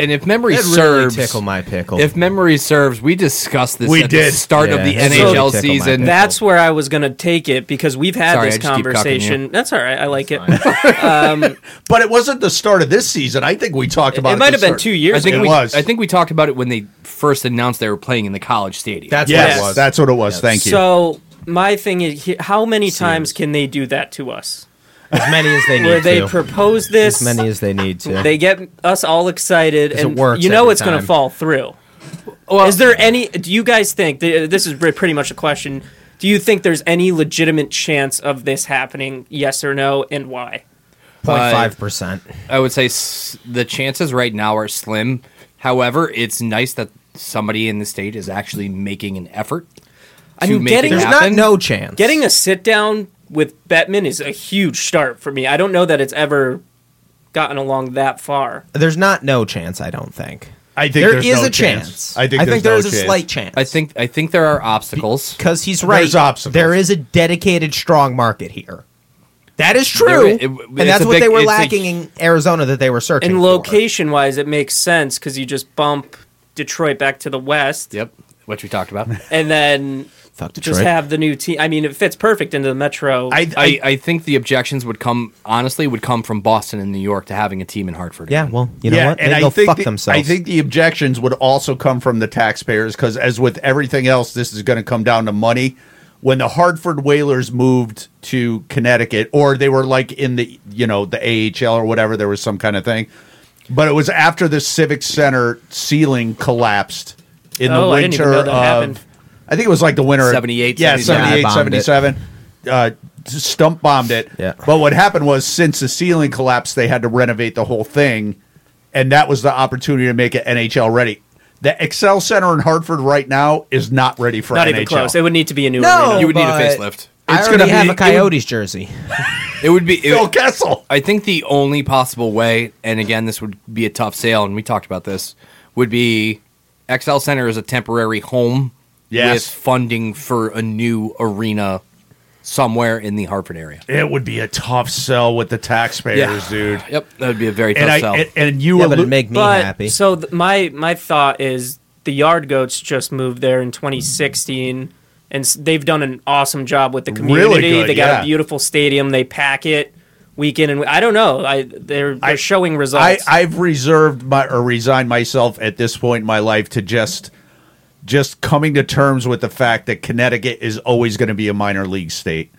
[SPEAKER 1] And if memory
[SPEAKER 4] It really
[SPEAKER 1] serves,
[SPEAKER 4] tickle my pickle.
[SPEAKER 1] if memory serves, we discussed this
[SPEAKER 2] We
[SPEAKER 1] at the
[SPEAKER 2] did.
[SPEAKER 1] start of
[SPEAKER 4] Yeah,
[SPEAKER 1] the
[SPEAKER 4] it really
[SPEAKER 1] NHL
[SPEAKER 4] tickled my
[SPEAKER 1] season.
[SPEAKER 4] pickle.
[SPEAKER 3] That's where I was going to take it because we've had
[SPEAKER 1] Sorry, I
[SPEAKER 3] this
[SPEAKER 1] just keep cocking you.
[SPEAKER 3] conversation. That's all right. I like it.
[SPEAKER 2] But it wasn't the start of this season. I think we talked about it.
[SPEAKER 3] It might
[SPEAKER 2] this
[SPEAKER 3] have been
[SPEAKER 2] start-
[SPEAKER 3] two
[SPEAKER 1] I
[SPEAKER 3] years
[SPEAKER 1] think
[SPEAKER 2] It
[SPEAKER 3] ago.
[SPEAKER 1] we,
[SPEAKER 2] was.
[SPEAKER 1] I think we talked about it when they first announced they were playing in the college stadium.
[SPEAKER 4] that's
[SPEAKER 2] Yes,
[SPEAKER 4] what it was.
[SPEAKER 2] that's what it was. Thank you.
[SPEAKER 3] So my thing is, he- how many times can they do that to us?
[SPEAKER 4] as many as
[SPEAKER 1] [laughs]
[SPEAKER 4] they need
[SPEAKER 3] Where they
[SPEAKER 4] to.
[SPEAKER 3] propose this,
[SPEAKER 4] as many as they need to.
[SPEAKER 3] they get us all excited,
[SPEAKER 4] it
[SPEAKER 3] and
[SPEAKER 4] works
[SPEAKER 3] you know
[SPEAKER 4] every
[SPEAKER 3] it's going
[SPEAKER 4] time.
[SPEAKER 3] to fall through. is there any? Do you guys think th- uh, this is re- pretty much a question? Do you think there's any legitimate chance of this happening? Yes or no, and why?
[SPEAKER 4] 0.5 percent.
[SPEAKER 1] I would say s- the chances right now are slim. However, it's nice that somebody in the state is actually making an effort to
[SPEAKER 3] I mean,
[SPEAKER 1] make
[SPEAKER 3] getting-
[SPEAKER 1] it
[SPEAKER 4] There's
[SPEAKER 3] There's
[SPEAKER 1] happen.
[SPEAKER 4] not no chance.
[SPEAKER 3] Getting a sit down with Bettman is a huge start for me. I don't know that it's ever gotten along that far.
[SPEAKER 4] there's not no chance. I don't think.
[SPEAKER 2] I think
[SPEAKER 4] There
[SPEAKER 2] there's
[SPEAKER 4] is
[SPEAKER 2] no
[SPEAKER 4] a chance.
[SPEAKER 2] I think, there's
[SPEAKER 4] there is
[SPEAKER 2] no
[SPEAKER 4] a
[SPEAKER 2] chance.
[SPEAKER 4] slight chance.
[SPEAKER 1] I think I think there are obstacles.
[SPEAKER 4] because he's right.
[SPEAKER 2] There's obstacles.
[SPEAKER 4] There is a dedicated strong market here. That is
[SPEAKER 1] There
[SPEAKER 4] true,
[SPEAKER 1] i- it-
[SPEAKER 4] and
[SPEAKER 1] it's
[SPEAKER 4] that's
[SPEAKER 1] a
[SPEAKER 4] what
[SPEAKER 1] big-
[SPEAKER 4] they were
[SPEAKER 1] it's a
[SPEAKER 4] lacking in Arizona that they were searching.
[SPEAKER 3] And
[SPEAKER 4] for.
[SPEAKER 3] location wise, it makes sense because you just bump Detroit back to the west,
[SPEAKER 1] Yep, which we talked about.
[SPEAKER 3] and then
[SPEAKER 4] Fuck Detroit.
[SPEAKER 3] just have the new team. I mean, it fits perfect into the metro.
[SPEAKER 2] I, I,
[SPEAKER 1] I, I think the objections would come honestly would come from Boston and New York to having a team in Hartford.
[SPEAKER 4] yeah, well, you know
[SPEAKER 2] yeah,
[SPEAKER 4] what? They
[SPEAKER 2] and I
[SPEAKER 4] go
[SPEAKER 2] think
[SPEAKER 4] fuck
[SPEAKER 2] the,
[SPEAKER 4] themselves.
[SPEAKER 2] I think the objections would also come from the taxpayers because, as with everything else, this is going to come down to money. When the Hartford Whalers moved to Connecticut, or they were like in the you know the AHL or whatever, there was some kind of thing. But it was after the Civic Center ceiling collapsed in the
[SPEAKER 3] Oh, I didn't even
[SPEAKER 2] winter
[SPEAKER 3] know that
[SPEAKER 2] of.
[SPEAKER 3] happened.
[SPEAKER 2] I think it was like the winter of-
[SPEAKER 1] 78,
[SPEAKER 2] yeah,
[SPEAKER 1] 77.
[SPEAKER 2] 78,
[SPEAKER 4] I bombed it.
[SPEAKER 2] 77. Uh, stump bombed it.
[SPEAKER 4] Yeah.
[SPEAKER 2] But what happened was, since the ceiling collapsed, they had to renovate the whole thing, and that was the opportunity to make it NHL ready. The Excel Center in Hartford right now is not ready for
[SPEAKER 3] not
[SPEAKER 2] NHL.
[SPEAKER 3] even close. It would need to be a new
[SPEAKER 4] no,
[SPEAKER 3] arena.
[SPEAKER 1] you would need a
[SPEAKER 4] but
[SPEAKER 1] facelift.
[SPEAKER 4] I I
[SPEAKER 2] It's
[SPEAKER 4] already
[SPEAKER 2] gonna
[SPEAKER 4] have
[SPEAKER 2] be-
[SPEAKER 4] a Coyotes [laughs] jersey.
[SPEAKER 1] It would be.
[SPEAKER 2] Phil
[SPEAKER 1] It,
[SPEAKER 2] Kessel.
[SPEAKER 1] I think the only possible way, and again, this would be a tough sale, and we talked about this, would be XL Center is a temporary home
[SPEAKER 2] Yes.
[SPEAKER 1] with funding for a new arena somewhere in the Hartford area.
[SPEAKER 2] It would be a tough sell with the taxpayers, dude.
[SPEAKER 1] Yep, that would be a very tough
[SPEAKER 2] And I
[SPEAKER 1] sell.
[SPEAKER 2] and, and you
[SPEAKER 4] Yeah,
[SPEAKER 2] were
[SPEAKER 4] but
[SPEAKER 2] lo-
[SPEAKER 4] it'd make me
[SPEAKER 3] but
[SPEAKER 4] happy.
[SPEAKER 3] so th- my my thought is the Yard Goats just moved there in 2016, and s- they've done an awesome job with the community.
[SPEAKER 2] Really good,
[SPEAKER 3] they got
[SPEAKER 2] yeah.
[SPEAKER 3] a beautiful stadium. They pack it week in and I don't know. I they're they're
[SPEAKER 2] I-
[SPEAKER 3] showing
[SPEAKER 2] I,
[SPEAKER 3] results.
[SPEAKER 2] I've reserved my or resigned myself at this point in my life to just just coming to terms with the fact that Connecticut is always going to be a minor league state.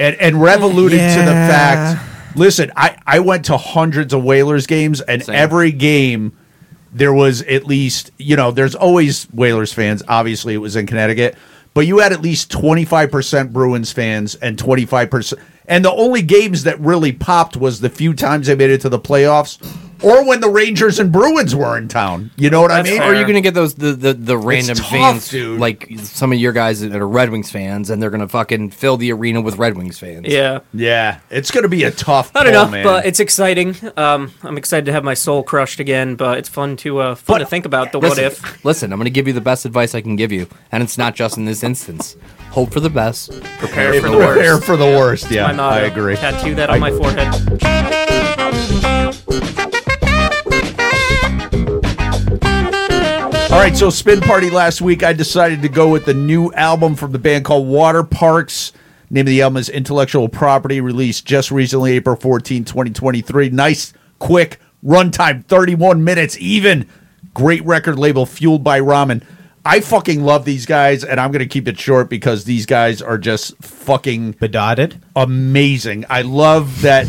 [SPEAKER 2] And and Rev alluded to the
[SPEAKER 4] Yeah.
[SPEAKER 2] fact listen, I, I went to hundreds of Whalers games and
[SPEAKER 1] Same.
[SPEAKER 2] every game there was at least, you know, there's always Whalers fans. Obviously it was in Connecticut. But you had at least 25% Bruins fans and 25%. And the only games that really popped was the few times they made it to the playoffs or when the Rangers and Bruins were in town. You know what I
[SPEAKER 3] That's
[SPEAKER 2] mean?
[SPEAKER 1] Or
[SPEAKER 3] fair.
[SPEAKER 1] are you going to get those the the, the random
[SPEAKER 2] tough,
[SPEAKER 1] fans
[SPEAKER 2] dude.
[SPEAKER 1] like some of your guys that are Red Wings fans and they're going to fucking fill the arena with Red Wings fans?
[SPEAKER 3] yeah.
[SPEAKER 2] Yeah, it's going to be a tough.
[SPEAKER 3] Not
[SPEAKER 2] pull,
[SPEAKER 3] enough,
[SPEAKER 2] Oh, man.
[SPEAKER 3] but it's exciting. Um, I'm excited to have my soul crushed again, but it's fun to uh, fun to think about the what
[SPEAKER 1] Listen,
[SPEAKER 3] if.
[SPEAKER 1] listen, I'm going to give you the best advice I can give you, and it's not just in this instance. Hope for the best, prepare for the
[SPEAKER 2] prepare
[SPEAKER 1] worst.
[SPEAKER 2] for the worst. Yeah,
[SPEAKER 3] My motto.
[SPEAKER 2] I agree.
[SPEAKER 3] Tattoo that on my forehead.
[SPEAKER 2] All right, so spin party last week. I decided to go with the new album from the band called Water Parks. Name of the album is Intellectual Property, released just recently, April 14, 2023. Nice, quick runtime, 31 minutes even. Great record label, Fueled by Ramen. I fucking love these guys, and I'm going to keep it short because these guys are just fucking
[SPEAKER 4] Bedotted.
[SPEAKER 2] amazing. I love that.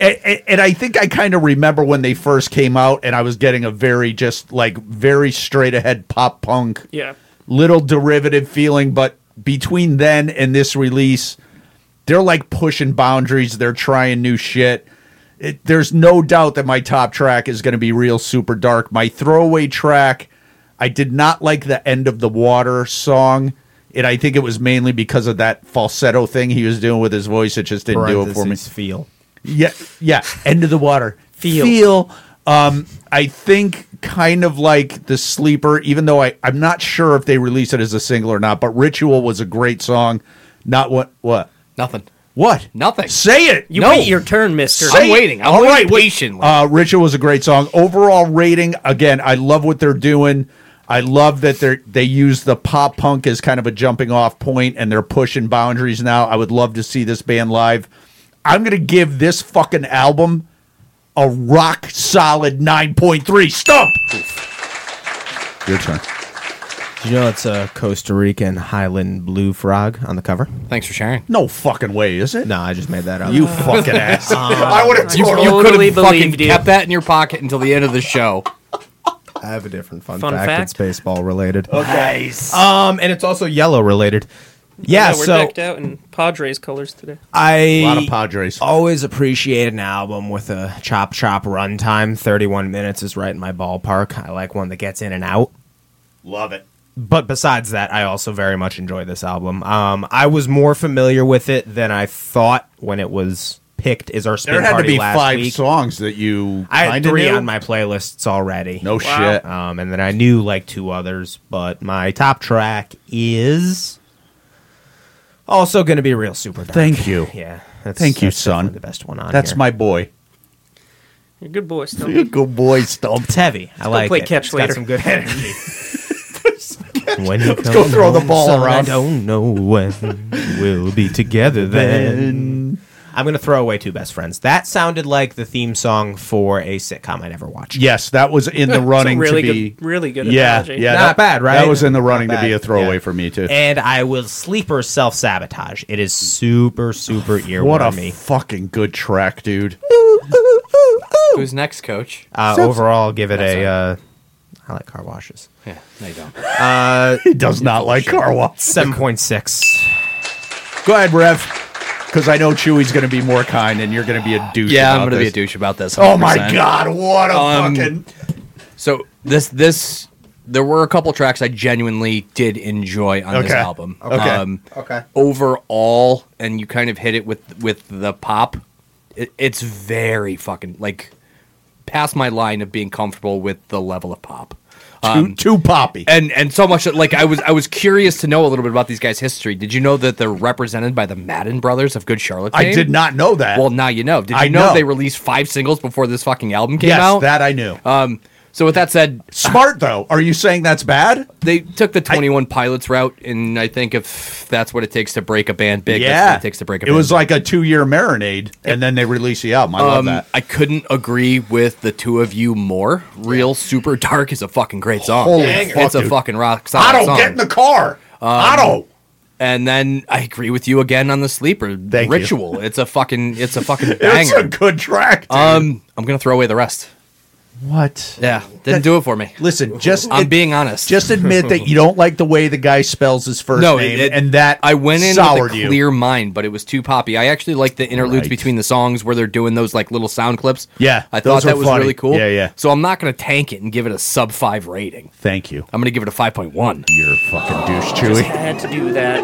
[SPEAKER 2] And, and- and I think I kind of remember when they first came out, and I was getting a very just like very straight ahead pop punk,
[SPEAKER 3] Yeah.
[SPEAKER 2] little derivative feeling. But between then and this release, they're like pushing boundaries. They're trying new shit. It, there's no doubt that my top track is going to be real super dark. My throwaway track, I did not like the end of the water song, and I think it was mainly because of that falsetto thing he was doing with his voice. It just didn't do it for me.
[SPEAKER 4] Parentheses, Feel.
[SPEAKER 2] Yeah, yeah. End of the water.
[SPEAKER 3] Feel.
[SPEAKER 2] Um, I think kind of like the sleeper, even though I I'm not sure if they released it as a single or not. But Ritual was a great song. Not what what
[SPEAKER 1] Nothing.
[SPEAKER 2] what
[SPEAKER 1] Nothing.
[SPEAKER 2] Say it.
[SPEAKER 3] You
[SPEAKER 1] No.
[SPEAKER 3] wait your turn, Mister.
[SPEAKER 2] Say
[SPEAKER 1] I'm
[SPEAKER 2] it.
[SPEAKER 1] waiting. I'm
[SPEAKER 2] All
[SPEAKER 1] waiting
[SPEAKER 2] right, wait.
[SPEAKER 1] patiently.
[SPEAKER 2] Uh, Ritual was a great song. Overall rating, again, I love what they're doing. I love that they they use the pop punk as kind of a jumping off point, and they're pushing boundaries now. I would love to see this band live. I'm gonna give this fucking album a rock solid 9.3. Stump. Your turn.
[SPEAKER 4] Did you know it's a Costa Rican Highland blue frog on the cover?
[SPEAKER 1] Thanks for sharing.
[SPEAKER 2] No fucking way, is it?
[SPEAKER 4] No, I just made that up.
[SPEAKER 2] You fucking ass.
[SPEAKER 4] [laughs]
[SPEAKER 2] I would have
[SPEAKER 3] You-
[SPEAKER 2] totally.
[SPEAKER 1] You could
[SPEAKER 3] Totally
[SPEAKER 1] have fucking
[SPEAKER 3] believed you.
[SPEAKER 1] kept that in your pocket until the end of the show.
[SPEAKER 4] I have a different fun,
[SPEAKER 3] Fun
[SPEAKER 4] fact.
[SPEAKER 3] fact?
[SPEAKER 4] It's baseball related.
[SPEAKER 2] Nice.
[SPEAKER 4] Um, and it's also yellow related. Yeah,
[SPEAKER 3] we're
[SPEAKER 4] so
[SPEAKER 3] decked out in Padres colors today.
[SPEAKER 4] I
[SPEAKER 2] A lot of Padres.
[SPEAKER 4] always appreciate an album with a chop chop runtime. Thirty-one minutes is right in my ballpark. I like one that gets in and out.
[SPEAKER 2] Love it.
[SPEAKER 4] But besides that, I also very much enjoy this album. Um, I was more familiar with it than I thought when it was picked. Is our spin
[SPEAKER 2] There had to
[SPEAKER 4] party
[SPEAKER 2] be
[SPEAKER 4] last
[SPEAKER 2] five
[SPEAKER 4] week?
[SPEAKER 2] songs that you.
[SPEAKER 4] I had
[SPEAKER 2] kinda
[SPEAKER 4] three
[SPEAKER 2] knew?
[SPEAKER 4] on my playlists already.
[SPEAKER 2] No
[SPEAKER 3] Wow.
[SPEAKER 2] shit.
[SPEAKER 4] Um, and then I knew like two others, but my top track is also going to be real super dark.
[SPEAKER 2] Thank you.
[SPEAKER 4] yeah, that's,
[SPEAKER 2] Thank you,
[SPEAKER 4] that's definitely
[SPEAKER 2] son.
[SPEAKER 4] The best one on
[SPEAKER 2] That's
[SPEAKER 4] here.
[SPEAKER 2] my boy.
[SPEAKER 3] You're a good boy, still.
[SPEAKER 2] Good boy, Stump.
[SPEAKER 4] It's heavy. I like
[SPEAKER 3] play
[SPEAKER 4] it.
[SPEAKER 3] catch
[SPEAKER 4] It's
[SPEAKER 3] later.
[SPEAKER 4] Got some [laughs] good energy. when you Let's
[SPEAKER 2] go throw the ball
[SPEAKER 4] I
[SPEAKER 2] around.
[SPEAKER 4] don't know when we'll be together [laughs] then. I'm gonna throw away two best friends. That sounded like the theme song for a sitcom I never watched.
[SPEAKER 2] Yes, that was in the running
[SPEAKER 3] really
[SPEAKER 2] to be.
[SPEAKER 3] good, really good.
[SPEAKER 2] yeah,
[SPEAKER 3] analogy.
[SPEAKER 2] yeah,
[SPEAKER 4] Not
[SPEAKER 2] that-
[SPEAKER 4] bad, right?
[SPEAKER 2] That was in the
[SPEAKER 4] Not
[SPEAKER 2] running to be
[SPEAKER 4] bad.
[SPEAKER 2] a throwaway
[SPEAKER 4] Yeah.
[SPEAKER 2] for me too.
[SPEAKER 4] And I will sleeper self sabotage. It is super super earwormy.
[SPEAKER 2] what a fucking good track, dude.
[SPEAKER 1] Who's next, coach?
[SPEAKER 4] uh, overall, give it a. Uh, I like car washes.
[SPEAKER 1] Yeah, no, you don't.
[SPEAKER 2] He does not like car wash.
[SPEAKER 4] Seven point six.
[SPEAKER 2] Go ahead, Rev, because I know Chewy's going to be more kind, and you're going to be a douche.
[SPEAKER 1] Yeah, I'm
[SPEAKER 2] about
[SPEAKER 1] going to be a
[SPEAKER 2] this.
[SPEAKER 1] douche about this.
[SPEAKER 2] Oh my
[SPEAKER 1] 100%.
[SPEAKER 2] god, what a
[SPEAKER 1] Um,
[SPEAKER 2] fucking!
[SPEAKER 1] So this this there were a couple tracks I genuinely did enjoy on this
[SPEAKER 2] Okay.
[SPEAKER 1] album. Um,
[SPEAKER 2] Okay.
[SPEAKER 4] Okay.
[SPEAKER 1] Overall, and you kind of hit it with with the pop. It, it's very fucking like past my line of being comfortable with the level of pop. Um,
[SPEAKER 2] too, too poppy.
[SPEAKER 1] and and so much like I was I was curious to know a little bit about these guys' history. Did you know that they're represented by the Madden brothers of Good Charlotte?
[SPEAKER 2] I
[SPEAKER 1] fame?
[SPEAKER 2] did not know that.
[SPEAKER 1] Well, now you know. Did you
[SPEAKER 2] I
[SPEAKER 1] know,
[SPEAKER 2] know.
[SPEAKER 1] they released five singles before this fucking album came
[SPEAKER 2] yes,
[SPEAKER 1] out?
[SPEAKER 2] that I knew.
[SPEAKER 1] so with that said,
[SPEAKER 2] Smart though. Are you saying that's bad?
[SPEAKER 1] they took the 21 Pilots route, and I think if that's what it takes to break a band big, that's what it takes to break a
[SPEAKER 2] It
[SPEAKER 1] band
[SPEAKER 2] was
[SPEAKER 1] big.
[SPEAKER 2] like a two-year marinade, and then they released the album. I love
[SPEAKER 1] Um,
[SPEAKER 2] that.
[SPEAKER 1] I couldn't agree with the two of you more. Real Super Dark is a fucking great song.
[SPEAKER 2] Holy
[SPEAKER 1] it's
[SPEAKER 2] fuck,
[SPEAKER 1] a
[SPEAKER 2] dude.
[SPEAKER 1] fucking rock solid
[SPEAKER 2] I don't
[SPEAKER 1] song.
[SPEAKER 2] get in the car. I don't.
[SPEAKER 1] and then I agree with you again on the sleeper
[SPEAKER 2] Thank you.
[SPEAKER 1] ritual. It's a fucking it's a fucking
[SPEAKER 2] [laughs] It's a
[SPEAKER 1] banger.
[SPEAKER 2] good track. dude.
[SPEAKER 1] um, I'm gonna throw away the rest.
[SPEAKER 2] what?
[SPEAKER 1] Yeah, didn't do it for me.
[SPEAKER 2] Listen, just
[SPEAKER 1] I'm
[SPEAKER 2] ad-
[SPEAKER 1] being honest.
[SPEAKER 2] just admit that you don't like the way the guy spells his first
[SPEAKER 1] no,
[SPEAKER 2] name,
[SPEAKER 1] it-
[SPEAKER 2] and that
[SPEAKER 1] I went in
[SPEAKER 2] soured
[SPEAKER 1] with a
[SPEAKER 2] you.
[SPEAKER 1] clear mind, but it was too poppy. I actually like the interludes
[SPEAKER 2] Right.
[SPEAKER 1] between the songs where they're doing those like little sound clips.
[SPEAKER 2] Yeah,
[SPEAKER 1] I
[SPEAKER 2] those
[SPEAKER 1] thought that
[SPEAKER 2] were
[SPEAKER 1] was
[SPEAKER 2] funny.
[SPEAKER 1] really cool.
[SPEAKER 2] Yeah, yeah.
[SPEAKER 1] So I'm not going to tank it and give it a sub five rating.
[SPEAKER 2] Thank you.
[SPEAKER 1] I'm going to give it a five point one.
[SPEAKER 2] You're a fucking douche,
[SPEAKER 3] I
[SPEAKER 2] Chewy.
[SPEAKER 3] had to do that.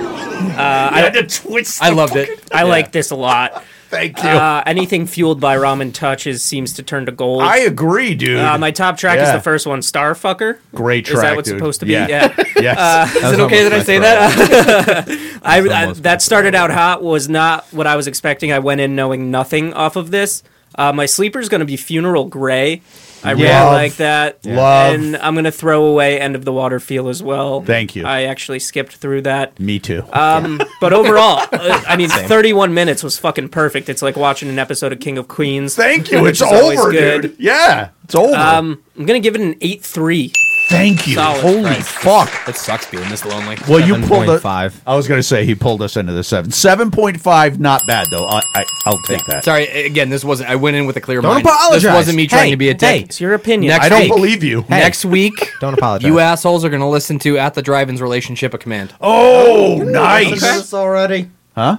[SPEAKER 2] I had to twist.
[SPEAKER 1] I loved it.
[SPEAKER 3] I like this
[SPEAKER 2] [laughs]
[SPEAKER 3] a lot.
[SPEAKER 2] Thank you.
[SPEAKER 3] Uh, anything fueled by ramen touches seems to turn to gold.
[SPEAKER 2] I agree, dude.
[SPEAKER 3] uh, my top track is
[SPEAKER 2] Yeah.
[SPEAKER 3] the first one, Starfucker.
[SPEAKER 2] Great
[SPEAKER 3] Is
[SPEAKER 2] track,
[SPEAKER 3] that what's
[SPEAKER 2] dude.
[SPEAKER 3] supposed to be?
[SPEAKER 2] Yeah.
[SPEAKER 3] Yeah.
[SPEAKER 2] [laughs]
[SPEAKER 3] Uh,
[SPEAKER 2] yes.
[SPEAKER 1] Is it okay that I say that?
[SPEAKER 3] [laughs] I, I
[SPEAKER 4] almost
[SPEAKER 3] that started out hot was not what I was expecting. I went in knowing nothing off of this. Uh, my sleeper's going to be Funeral Gray.
[SPEAKER 2] Yeah.
[SPEAKER 3] I really
[SPEAKER 2] Love.
[SPEAKER 3] like that.
[SPEAKER 2] Love.
[SPEAKER 3] And I'm going to throw away End of the Water Feel as well.
[SPEAKER 2] Thank you.
[SPEAKER 3] I actually skipped through that.
[SPEAKER 2] Me too.
[SPEAKER 3] Um, but overall, uh, I mean, 31 minutes was fucking perfect. It's like watching an episode of King of Queens.
[SPEAKER 2] Thank you.
[SPEAKER 3] [laughs]
[SPEAKER 2] It's
[SPEAKER 3] which is always
[SPEAKER 2] over,
[SPEAKER 3] good.
[SPEAKER 2] dude. Yeah, it's over.
[SPEAKER 3] Um, I'm going to give it an 8 3.
[SPEAKER 2] Thank you.
[SPEAKER 3] solid
[SPEAKER 2] Holy
[SPEAKER 3] price.
[SPEAKER 2] fuck.
[SPEAKER 1] it sucks being this lonely.
[SPEAKER 2] Well, you pulled a-
[SPEAKER 4] 7.5.
[SPEAKER 2] I was gonna say he pulled us into the seven. Seven point five, not bad though. I, I I'll take that.
[SPEAKER 1] Sorry again. This wasn't. I went in with a clear
[SPEAKER 4] Don't
[SPEAKER 1] mind. This
[SPEAKER 4] apologize.
[SPEAKER 1] wasn't me trying
[SPEAKER 4] Hey,
[SPEAKER 1] to be a
[SPEAKER 4] hey.
[SPEAKER 1] dick.
[SPEAKER 3] It's your opinion.
[SPEAKER 1] Next
[SPEAKER 2] I don't
[SPEAKER 1] week.
[SPEAKER 2] believe you.
[SPEAKER 1] Next
[SPEAKER 2] [laughs]
[SPEAKER 1] week,
[SPEAKER 4] Don't apologize.
[SPEAKER 1] you assholes are going to listen to at the drive-ins relationship of command.
[SPEAKER 2] Oh, nice.
[SPEAKER 4] already.
[SPEAKER 2] Huh?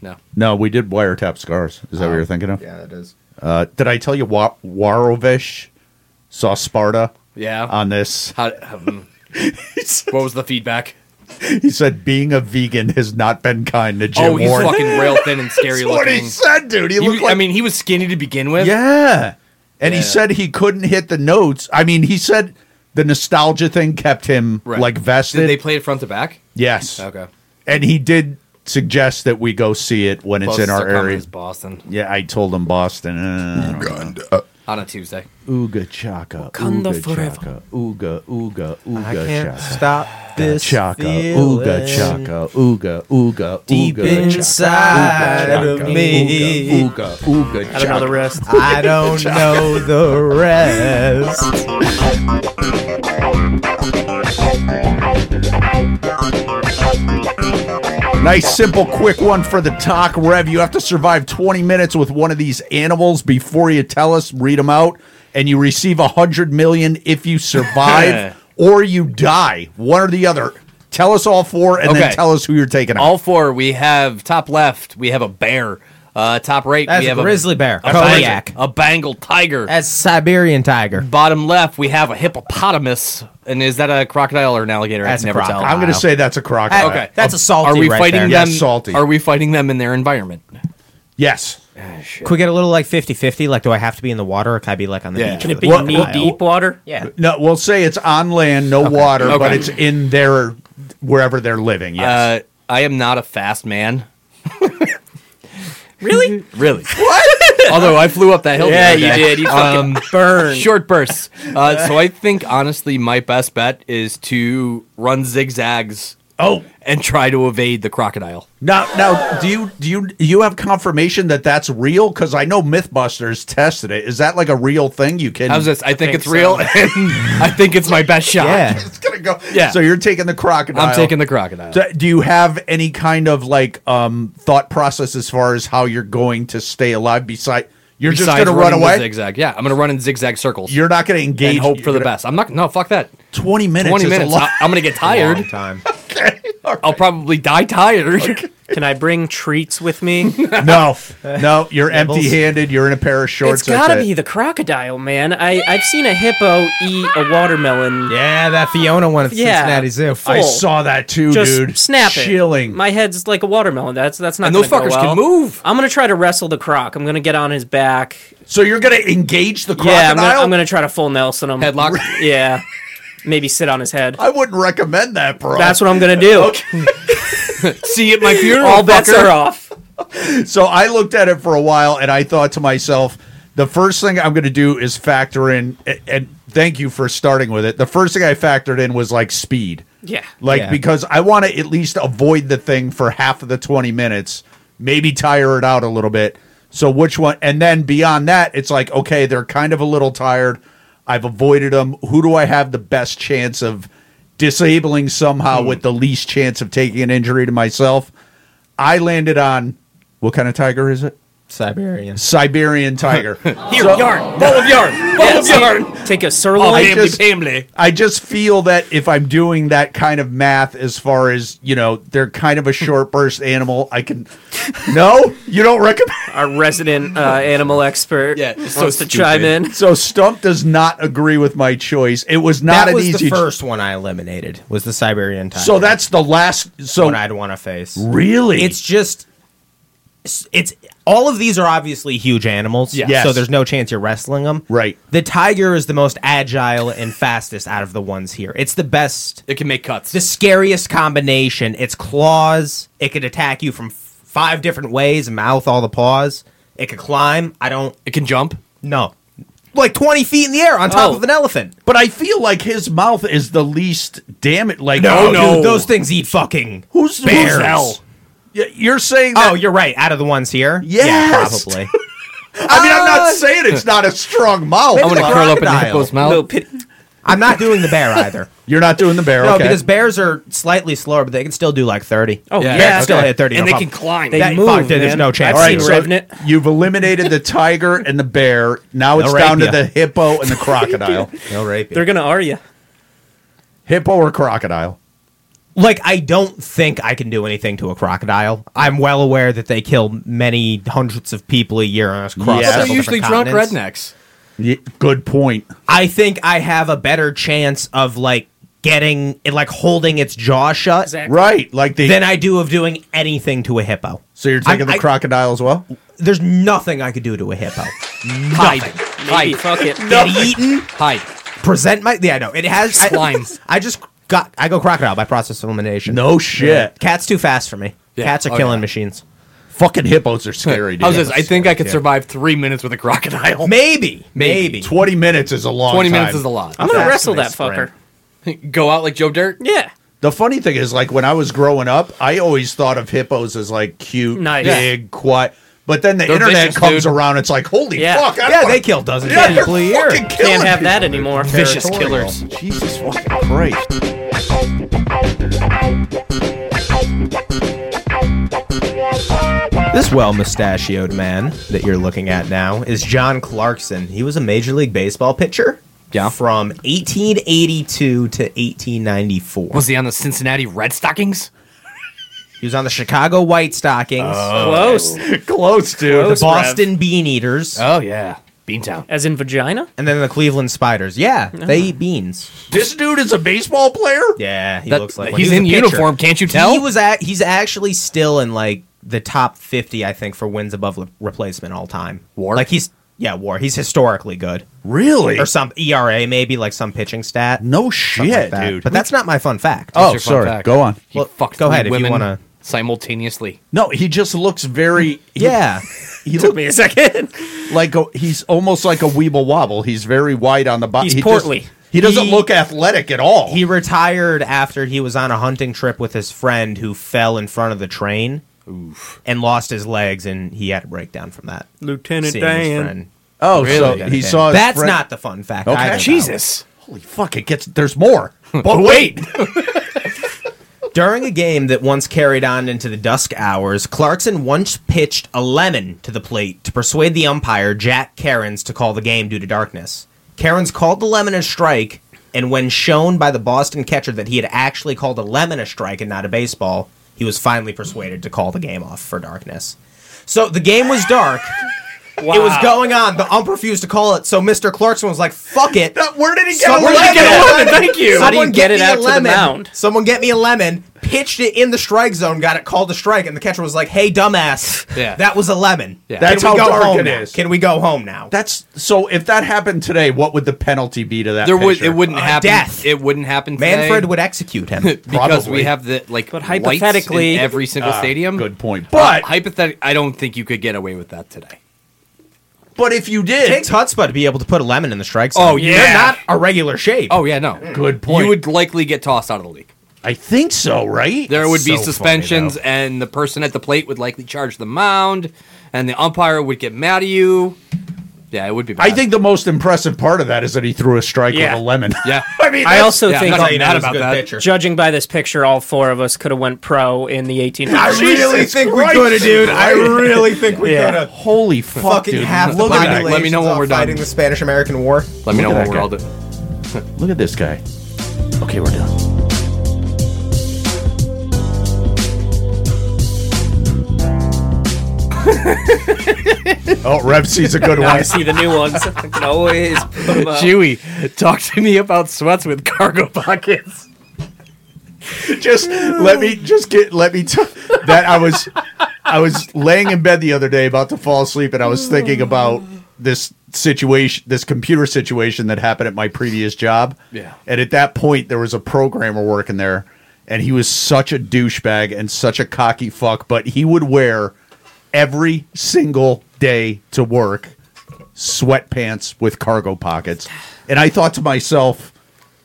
[SPEAKER 1] No,
[SPEAKER 2] No, we did wiretap scars. Is that
[SPEAKER 1] Oh.
[SPEAKER 2] what you're thinking of?
[SPEAKER 4] it is.
[SPEAKER 2] Uh, did I tell you Wa- Warovish saw Sparta
[SPEAKER 1] yeah.
[SPEAKER 2] on this? [laughs]
[SPEAKER 1] How, um, what was the feedback?
[SPEAKER 2] He said being a vegan has not been kind to Jim
[SPEAKER 1] oh, he's
[SPEAKER 2] Warren.
[SPEAKER 1] fucking rail thin and scary
[SPEAKER 2] [laughs] That's what
[SPEAKER 1] looking.
[SPEAKER 2] he said, dude. He,
[SPEAKER 1] He
[SPEAKER 2] looked
[SPEAKER 1] was-
[SPEAKER 2] like
[SPEAKER 1] I mean, he was skinny to begin with.
[SPEAKER 2] Yeah. And he
[SPEAKER 1] Yeah.
[SPEAKER 2] said he couldn't hit the notes. I mean, he said the nostalgia thing kept him
[SPEAKER 1] Right.
[SPEAKER 2] like vested.
[SPEAKER 1] Did they play it front to back?
[SPEAKER 2] yes.
[SPEAKER 1] Okay.
[SPEAKER 2] And he did suggest that we go see it when it's
[SPEAKER 1] Well,
[SPEAKER 2] in
[SPEAKER 1] still
[SPEAKER 2] our
[SPEAKER 1] coming
[SPEAKER 2] area.
[SPEAKER 1] is Boston
[SPEAKER 2] Yeah, I told him Boston. Uh, I don't know.
[SPEAKER 1] on a Tuesday.
[SPEAKER 2] Ooga chaka.
[SPEAKER 3] Wakanda
[SPEAKER 2] ooga
[SPEAKER 3] forever.
[SPEAKER 2] chaka. Ooga ooga ooga
[SPEAKER 4] I can't
[SPEAKER 2] chaka.
[SPEAKER 4] stop this
[SPEAKER 2] Chaka,
[SPEAKER 4] feeling
[SPEAKER 2] ooga chaka, ooga ooga
[SPEAKER 4] deep
[SPEAKER 2] ooga, chaka,
[SPEAKER 4] inside
[SPEAKER 2] ooga,
[SPEAKER 4] of
[SPEAKER 2] chaka,
[SPEAKER 4] me.
[SPEAKER 2] Ooga ooga, ooga
[SPEAKER 3] I don't know the
[SPEAKER 2] chaka.
[SPEAKER 3] rest.
[SPEAKER 4] I don't know the rest.
[SPEAKER 2] Nice, simple, quick one for the talk rev. You have to survive 20 minutes with one of these animals before you tell us, read them out, and you receive 100 million if
[SPEAKER 1] [laughs]
[SPEAKER 2] you survive or you die. One or the other. Tell us all four and then
[SPEAKER 1] Okay.
[SPEAKER 2] tell us who you're taking out.
[SPEAKER 1] All four. We have top left. We have a bear. Uh, top right.
[SPEAKER 4] That's
[SPEAKER 1] we have
[SPEAKER 4] grizzly
[SPEAKER 1] a,
[SPEAKER 4] bear,
[SPEAKER 1] A
[SPEAKER 4] Kodiak.
[SPEAKER 1] Bengal, a Bengal tiger.
[SPEAKER 4] [laughs] That's Siberian tiger.
[SPEAKER 1] Bottom left. We have a hippopotamus. And is that a crocodile or an alligator? I
[SPEAKER 4] That's
[SPEAKER 1] can
[SPEAKER 4] a
[SPEAKER 1] never
[SPEAKER 4] crocodile.
[SPEAKER 1] tell.
[SPEAKER 2] I'm going to say that's a crocodile.
[SPEAKER 1] Okay. Um,
[SPEAKER 4] That's a salty
[SPEAKER 1] Are we
[SPEAKER 4] right
[SPEAKER 1] fighting
[SPEAKER 4] there.
[SPEAKER 1] them?
[SPEAKER 2] Yes, salty.
[SPEAKER 1] Are we fighting them in their environment?
[SPEAKER 2] Yes.
[SPEAKER 4] Could we get a little like 50-50? Like, do I have to be in the water or can I be like on the
[SPEAKER 1] Yeah. Can
[SPEAKER 4] beach?
[SPEAKER 3] Can it
[SPEAKER 4] with
[SPEAKER 3] be
[SPEAKER 4] a
[SPEAKER 2] What-
[SPEAKER 3] knee
[SPEAKER 4] child?
[SPEAKER 3] deep water?
[SPEAKER 4] Yeah.
[SPEAKER 1] [laughs]
[SPEAKER 2] No, we'll say it's on land, no water, but
[SPEAKER 1] Okay.
[SPEAKER 2] it's in their wherever they're living. Yes.
[SPEAKER 1] Uh, I am not a fast man.
[SPEAKER 3] Really?
[SPEAKER 2] [laughs]
[SPEAKER 1] Really? Although I flew up that hill. the
[SPEAKER 3] Yeah,
[SPEAKER 1] other
[SPEAKER 3] you
[SPEAKER 1] day. Um,
[SPEAKER 3] did. You fucking burn.
[SPEAKER 1] Short bursts. Uh, so I think honestly, my best bet is to run zigzags
[SPEAKER 2] oh,
[SPEAKER 1] and try to evade the crocodile.
[SPEAKER 2] Now, now, do you do you do you have confirmation that that's real? Because I know MythBusters tested it. Is that like a real thing? You can. [laughs]
[SPEAKER 1] How's this? I think,
[SPEAKER 3] think
[SPEAKER 1] it's
[SPEAKER 3] [laughs]
[SPEAKER 1] real,
[SPEAKER 3] so.
[SPEAKER 1] and I think it's my best shot.
[SPEAKER 4] Yeah.
[SPEAKER 2] It's gonna go.
[SPEAKER 1] Yeah.
[SPEAKER 2] So you're taking the crocodile.
[SPEAKER 1] I'm taking the crocodile.
[SPEAKER 2] Do- Do you have any kind of like um thought process as far as how you're going to stay alive? Beside, you're
[SPEAKER 1] Besides
[SPEAKER 2] just gonna run
[SPEAKER 1] running the
[SPEAKER 2] away.
[SPEAKER 1] Zigzag. Yeah, I'm gonna run in zigzag circles
[SPEAKER 2] You're not gonna engage.
[SPEAKER 1] and hope for
[SPEAKER 2] You're
[SPEAKER 1] the
[SPEAKER 2] gonna-
[SPEAKER 1] best. I'm not. No, fuck that.
[SPEAKER 2] Twenty
[SPEAKER 1] [laughs]
[SPEAKER 2] minutes.
[SPEAKER 1] Twenty
[SPEAKER 2] is a
[SPEAKER 1] minutes.
[SPEAKER 2] lot.
[SPEAKER 1] I, am gonna get tired.
[SPEAKER 4] Long time.
[SPEAKER 1] I'll probably die tired.
[SPEAKER 3] Can I bring treats with [laughs] me?
[SPEAKER 2] no, no, you're empty-handed. You're in a pair of shorts.
[SPEAKER 3] it's gotta
[SPEAKER 2] that's it.
[SPEAKER 3] be the crocodile, man. I I've seen a hippo eat a watermelon.
[SPEAKER 4] Yeah, that Fiona one at
[SPEAKER 3] Yeah.
[SPEAKER 4] Cincinnati Zoo.
[SPEAKER 3] Full.
[SPEAKER 2] I saw that too,
[SPEAKER 3] Just
[SPEAKER 2] dude.
[SPEAKER 3] snap it.
[SPEAKER 2] Chilling.
[SPEAKER 3] My head's like a watermelon. That's that's not.
[SPEAKER 1] And those
[SPEAKER 3] gonna go
[SPEAKER 1] fuckers
[SPEAKER 3] well.
[SPEAKER 1] can move.
[SPEAKER 3] I'm gonna try to wrestle the croc. I'm gonna get on his back.
[SPEAKER 2] so you're gonna engage the crocodile?
[SPEAKER 3] Yeah, I'm gonna, I'm gonna try to full Nelson him.
[SPEAKER 1] Headlock.
[SPEAKER 3] [laughs] Yeah, maybe sit on his
[SPEAKER 1] [laughs]
[SPEAKER 3] head.
[SPEAKER 2] I would not recommend that, bro.
[SPEAKER 3] That's what
[SPEAKER 2] [laughs]
[SPEAKER 3] I'm gonna do. [laughs]
[SPEAKER 1] See you at my funeral.
[SPEAKER 3] All bets
[SPEAKER 1] fucker.
[SPEAKER 3] are off.
[SPEAKER 2] so I looked at it for a while and I thought to myself, the first thing I'm going to do is factor in, and, and thank you for starting with it. The first thing I factored in was like speed.
[SPEAKER 3] Yeah.
[SPEAKER 2] Like,
[SPEAKER 4] Yeah.
[SPEAKER 2] because I want to at least avoid the thing for half of the 20 minutes, maybe tire it out a little bit. So, which one? And then beyond that, it's like, okay, they're kind of a little tired. I've avoided them. Who do I have the best chance of disabling somehow with the least chance of taking an injury to myself? I landed on what kind of tiger is it?
[SPEAKER 4] Siberian.
[SPEAKER 2] Siberian tiger.
[SPEAKER 1] Here,
[SPEAKER 2] So-
[SPEAKER 1] yarn. Ball of yarn. Ball of yarn.
[SPEAKER 3] Take a
[SPEAKER 1] Oh,
[SPEAKER 3] sirloin.
[SPEAKER 2] I
[SPEAKER 1] family,
[SPEAKER 2] just-
[SPEAKER 1] family.
[SPEAKER 2] I just feel that if I'm doing that kind of math, as far as you know, they're kind of a short burst animal. I can. No, you don't recommend.
[SPEAKER 3] Our resident uh, animal expert
[SPEAKER 1] Yeah,
[SPEAKER 3] wants
[SPEAKER 1] it's so
[SPEAKER 3] to chime
[SPEAKER 1] stupid.
[SPEAKER 3] in.
[SPEAKER 2] So Stump does not agree with my choice. It was not
[SPEAKER 4] that
[SPEAKER 2] an
[SPEAKER 4] was
[SPEAKER 2] easy.
[SPEAKER 4] the first one I eliminated. Was the Siberian tiger?
[SPEAKER 2] so that's the last. So
[SPEAKER 4] one I'd want to face.
[SPEAKER 2] really,
[SPEAKER 4] It's just, it's all of these are obviously huge animals.
[SPEAKER 1] Yeah.
[SPEAKER 2] Yes.
[SPEAKER 4] So there's no chance you're wrestling them.
[SPEAKER 2] Right.
[SPEAKER 4] The tiger is the most agile and fastest out of the ones here. It's the best,
[SPEAKER 1] [laughs] It can make cuts.
[SPEAKER 4] the scariest combination. Its claws. It could attack you from f- five different ways. Mouth, all the paws. It could climb. I don't.
[SPEAKER 1] it can jump.
[SPEAKER 4] No. Like 20 feet in the air on top
[SPEAKER 3] Oh.
[SPEAKER 4] of an elephant.
[SPEAKER 2] but I feel like his mouth is the least. Damn it! Like
[SPEAKER 1] No,
[SPEAKER 2] oh,
[SPEAKER 1] no.
[SPEAKER 4] Dude, those things eat fucking.
[SPEAKER 2] Who's who's
[SPEAKER 4] bears.
[SPEAKER 2] hell? Y- You're saying that.
[SPEAKER 4] Oh, you're right. Out of the ones here?
[SPEAKER 2] Yes.
[SPEAKER 4] Yeah, probably.
[SPEAKER 2] I mean, I'm
[SPEAKER 4] uh,
[SPEAKER 2] not saying it's not a strong mouth.
[SPEAKER 1] I'm gonna
[SPEAKER 2] but-
[SPEAKER 1] curl up in the
[SPEAKER 4] crocodile.
[SPEAKER 1] hippo's mouth.
[SPEAKER 3] Little pit-
[SPEAKER 4] I'm not doing the bear either.
[SPEAKER 2] You're not doing the bear.
[SPEAKER 4] No,
[SPEAKER 2] okay.
[SPEAKER 4] because bears are slightly slower, but they can still do like 30.
[SPEAKER 3] Oh yeah,
[SPEAKER 1] Yeah,
[SPEAKER 4] They can still
[SPEAKER 1] okay.
[SPEAKER 4] hit 30.
[SPEAKER 1] and
[SPEAKER 4] no
[SPEAKER 1] they
[SPEAKER 4] problem.
[SPEAKER 1] can climb.
[SPEAKER 3] They
[SPEAKER 4] That-
[SPEAKER 3] move.
[SPEAKER 4] fuck, there's
[SPEAKER 3] man.
[SPEAKER 4] no chance.
[SPEAKER 3] I've
[SPEAKER 2] All right,
[SPEAKER 3] seen
[SPEAKER 2] so
[SPEAKER 3] Revenant.
[SPEAKER 2] You've eliminated the tiger and the bear. Now it's
[SPEAKER 4] They'll
[SPEAKER 2] down to
[SPEAKER 4] rape
[SPEAKER 2] the
[SPEAKER 4] ya.
[SPEAKER 2] hippo and the crocodile.
[SPEAKER 4] They'll rape you.
[SPEAKER 3] They're gonna are you.
[SPEAKER 2] hippo or crocodile?
[SPEAKER 4] like, I don't think I can do anything to a crocodile. I'm well aware that they kill many hundreds of people a year on us across
[SPEAKER 2] Yeah, they're
[SPEAKER 4] several
[SPEAKER 1] they're
[SPEAKER 4] different
[SPEAKER 1] usually drunk
[SPEAKER 4] continents.
[SPEAKER 1] rednecks.
[SPEAKER 2] good point.
[SPEAKER 4] I think I have a better chance of like getting it, like holding its jaw shut
[SPEAKER 3] Exactly.
[SPEAKER 2] Right, like the
[SPEAKER 4] than I do of doing anything to a hippo.
[SPEAKER 2] so you're taking
[SPEAKER 4] I-
[SPEAKER 2] the
[SPEAKER 4] I-
[SPEAKER 2] crocodile as well.
[SPEAKER 4] There's nothing I could do to
[SPEAKER 1] [laughs]
[SPEAKER 4] a hippo.
[SPEAKER 1] Hide.
[SPEAKER 3] Maybe.
[SPEAKER 1] Hide.
[SPEAKER 3] Fuck it.
[SPEAKER 4] Get eaten,
[SPEAKER 1] Hide.
[SPEAKER 4] present my. Yeah, no, it has I-
[SPEAKER 1] Slime. [laughs]
[SPEAKER 4] I, just got. I go crocodile by process of elimination.
[SPEAKER 2] No shit.
[SPEAKER 4] Cat's too fast for me.
[SPEAKER 1] Yeah.
[SPEAKER 4] Cats are
[SPEAKER 1] Oh,
[SPEAKER 4] killing
[SPEAKER 1] yeah.
[SPEAKER 4] machines.
[SPEAKER 2] Fucking hippos are scary. [laughs] Dude.
[SPEAKER 1] I was just, I think I could
[SPEAKER 4] Yeah.
[SPEAKER 1] survive three minutes with a crocodile.
[SPEAKER 4] Maybe, maybe.
[SPEAKER 2] Twenty minutes is a [laughs] long.
[SPEAKER 1] Twenty
[SPEAKER 2] time.
[SPEAKER 1] minutes is a lot.
[SPEAKER 3] I'm gonna
[SPEAKER 4] Fast
[SPEAKER 3] wrestle
[SPEAKER 4] and they
[SPEAKER 3] that fucker.
[SPEAKER 4] sprint.
[SPEAKER 1] Go out like Joe Dirt.
[SPEAKER 3] Yeah.
[SPEAKER 2] The funny thing is, like when I was growing up, I always thought of hippos as like cute,
[SPEAKER 3] Nice.
[SPEAKER 2] big, quiet. But then the
[SPEAKER 1] They're
[SPEAKER 2] internet
[SPEAKER 1] vicious,
[SPEAKER 2] comes
[SPEAKER 1] dude.
[SPEAKER 2] around. It's like, holy
[SPEAKER 3] Yeah.
[SPEAKER 2] fuck! I don't
[SPEAKER 4] Yeah,
[SPEAKER 2] wanna-
[SPEAKER 4] they kill dozens
[SPEAKER 2] Yeah,
[SPEAKER 4] of
[SPEAKER 2] they're
[SPEAKER 4] people a year.
[SPEAKER 2] fucking killing
[SPEAKER 3] Can't have
[SPEAKER 2] people.
[SPEAKER 3] that anymore.
[SPEAKER 4] Vicious
[SPEAKER 2] Territorial.
[SPEAKER 4] killers.
[SPEAKER 2] Jesus fucking Christ.
[SPEAKER 4] This well mustachioed man that you're looking at now is John Clarkson. He was a Major League Baseball pitcher.
[SPEAKER 1] Yeah.
[SPEAKER 4] From 1882 to 1894.
[SPEAKER 1] Was he on the Cincinnati Red [laughs] Stockings?
[SPEAKER 4] He was on the Chicago White Stockings,
[SPEAKER 1] Oh.
[SPEAKER 3] Close.
[SPEAKER 2] Close, dude.
[SPEAKER 4] the
[SPEAKER 3] Close, Rev.
[SPEAKER 4] Boston Bean Eaters,
[SPEAKER 1] Oh yeah, Beantown.
[SPEAKER 3] As in vagina?
[SPEAKER 4] and then the Cleveland Spiders. Yeah, they eat beans.
[SPEAKER 2] This dude is a baseball player?
[SPEAKER 4] Yeah, he
[SPEAKER 1] That-
[SPEAKER 4] looks like one.
[SPEAKER 1] he's
[SPEAKER 4] He was
[SPEAKER 1] in
[SPEAKER 4] a pitcher.
[SPEAKER 1] uniform, can't you tell?
[SPEAKER 4] He was at, he's actually still in like the top 50 I think for wins above le- replacement all time.
[SPEAKER 1] War?
[SPEAKER 4] Like he's yeah, war. He's historically good.
[SPEAKER 2] Really?
[SPEAKER 4] Or some ERA maybe like some pitching stat.
[SPEAKER 2] no shit,
[SPEAKER 4] something like that.
[SPEAKER 2] dude.
[SPEAKER 4] But that's not my fun fact.
[SPEAKER 2] oh,
[SPEAKER 1] That's your fun
[SPEAKER 2] sorry.
[SPEAKER 1] fact.
[SPEAKER 2] Go on.
[SPEAKER 1] He
[SPEAKER 4] Well,
[SPEAKER 1] fucked
[SPEAKER 4] go
[SPEAKER 1] three
[SPEAKER 4] ahead if you
[SPEAKER 1] women
[SPEAKER 4] wanna-
[SPEAKER 1] simultaneously.
[SPEAKER 2] No, he just looks very. He,
[SPEAKER 4] yeah.
[SPEAKER 2] [laughs] he
[SPEAKER 3] [laughs] Took
[SPEAKER 2] looks
[SPEAKER 3] me a second.
[SPEAKER 2] like a, he's almost like a weeble wobble. He's very wide on the body.
[SPEAKER 3] He's
[SPEAKER 2] He just-
[SPEAKER 3] portly.
[SPEAKER 2] he doesn't
[SPEAKER 4] He-
[SPEAKER 2] look athletic at all.
[SPEAKER 4] he retired after he was on a hunting trip with his friend who fell in front of the train and lost his legs and he had a breakdown from that.
[SPEAKER 3] Lieutenant
[SPEAKER 4] Seeing his friend.
[SPEAKER 2] oh, so
[SPEAKER 1] Really?
[SPEAKER 2] he saw. his
[SPEAKER 4] That's
[SPEAKER 2] friend-
[SPEAKER 4] not the fun fact.
[SPEAKER 2] Okay.
[SPEAKER 4] either, though.
[SPEAKER 1] Jesus.
[SPEAKER 2] Holy fuck! It gets. There's more. But wait. [laughs]
[SPEAKER 4] During a game that once carried on into the dusk hours, Clarkson once pitched a lemon to the plate to persuade the umpire, Jack Cairns, to call the game due to darkness. Cairns called the lemon a strike, and when shown by the Boston catcher that he had actually called a lemon a strike and not a baseball, he was finally persuaded to call the game off for darkness. So the game was dark.
[SPEAKER 3] Wow.
[SPEAKER 4] It was going on. The ump refused to call it. So Mr. Clarkson was like, "Fuck it."
[SPEAKER 2] That- where did he get
[SPEAKER 4] Someone
[SPEAKER 2] a lemon?
[SPEAKER 4] get a lemon.
[SPEAKER 3] Thank you. How do you
[SPEAKER 4] Someone
[SPEAKER 3] get
[SPEAKER 4] get,
[SPEAKER 3] it
[SPEAKER 4] me
[SPEAKER 3] out
[SPEAKER 4] a
[SPEAKER 3] to the
[SPEAKER 4] lemon.
[SPEAKER 3] mound?
[SPEAKER 4] Someone get me a lemon. Pitched it in the strike zone. Got it called a strike, and the catcher was like, "Hey, dumbass,
[SPEAKER 1] Yeah.
[SPEAKER 4] that was a lemon.
[SPEAKER 1] Yeah.
[SPEAKER 2] That's
[SPEAKER 4] Can we
[SPEAKER 2] how
[SPEAKER 4] go
[SPEAKER 2] dark
[SPEAKER 4] home
[SPEAKER 2] it
[SPEAKER 4] now?
[SPEAKER 2] is.
[SPEAKER 4] Can we go home now?"
[SPEAKER 2] That's so. If that happened today, what would the penalty be to that?
[SPEAKER 1] There would
[SPEAKER 2] pitcher?
[SPEAKER 1] it wouldn't
[SPEAKER 4] Uh,
[SPEAKER 1] happen.
[SPEAKER 4] death.
[SPEAKER 1] It wouldn't happen. Today
[SPEAKER 4] Manfred would execute
[SPEAKER 1] [laughs]
[SPEAKER 4] him.
[SPEAKER 1] because
[SPEAKER 2] probably.
[SPEAKER 1] we have the like
[SPEAKER 3] But
[SPEAKER 1] lights in
[SPEAKER 3] hypothetically-
[SPEAKER 1] every single stadium.
[SPEAKER 2] Good point.
[SPEAKER 1] But
[SPEAKER 2] But
[SPEAKER 1] hypothetically, Uh, I don't think you could get away with that today.
[SPEAKER 2] but if you
[SPEAKER 4] It takes
[SPEAKER 2] did,
[SPEAKER 4] chutzpah to be able to put a lemon in the strike zone.
[SPEAKER 1] Oh, yeah.
[SPEAKER 4] They're not a regular shape.
[SPEAKER 1] Oh yeah, no.
[SPEAKER 4] Mm.
[SPEAKER 2] Good point.
[SPEAKER 1] You would likely get tossed out of the league.
[SPEAKER 2] I think so, right?
[SPEAKER 1] There would be
[SPEAKER 4] So funny,
[SPEAKER 1] suspensions,
[SPEAKER 4] though.
[SPEAKER 1] and the person at the plate would likely charge the mound, and the umpire would get mad at you. Yeah, it would be. Bad.
[SPEAKER 2] I think the most impressive part of that is that he threw a strike
[SPEAKER 3] Yeah.
[SPEAKER 2] with a lemon.
[SPEAKER 1] Yeah.
[SPEAKER 2] [laughs] I mean,
[SPEAKER 3] I
[SPEAKER 2] that's-
[SPEAKER 3] also
[SPEAKER 1] yeah,
[SPEAKER 3] think,
[SPEAKER 1] I'm
[SPEAKER 4] That's how you know
[SPEAKER 1] mad
[SPEAKER 4] he's a
[SPEAKER 1] about
[SPEAKER 4] good
[SPEAKER 1] that.
[SPEAKER 4] pitcher.
[SPEAKER 3] judging by this picture, all four of us could have went pro in the 18.
[SPEAKER 2] really think we coulda, dude. I
[SPEAKER 4] really think we
[SPEAKER 3] Yeah.
[SPEAKER 4] coulda.
[SPEAKER 2] holy fuck,
[SPEAKER 4] Fucking
[SPEAKER 2] dude.
[SPEAKER 4] half the
[SPEAKER 2] look at that.
[SPEAKER 4] population.
[SPEAKER 1] Let me know when we're done.
[SPEAKER 4] fighting the Spanish American War.
[SPEAKER 1] Let me know
[SPEAKER 2] Look at
[SPEAKER 1] when
[SPEAKER 2] that
[SPEAKER 1] we're
[SPEAKER 2] guy.
[SPEAKER 1] all done.
[SPEAKER 2] Look at this guy. Okay, we're done. oh, Rev sees a [laughs] good
[SPEAKER 3] Now [laughs] I
[SPEAKER 2] one.
[SPEAKER 3] see the new ones. [laughs] I can always put 'em up.
[SPEAKER 1] Chewy, talk to me about sweats with cargo [laughs] pockets.
[SPEAKER 2] [laughs] just let me just get let me t- that I was I was laying in bed the other day about to fall asleep and I was thinking about this situation this computer situation that happened at my previous job.
[SPEAKER 1] Yeah.
[SPEAKER 2] And at that point there was a programmer working there and he was such a douchebag and such a cocky fuck but he would wear every single day to work sweatpants with cargo pockets. And I thought to myself,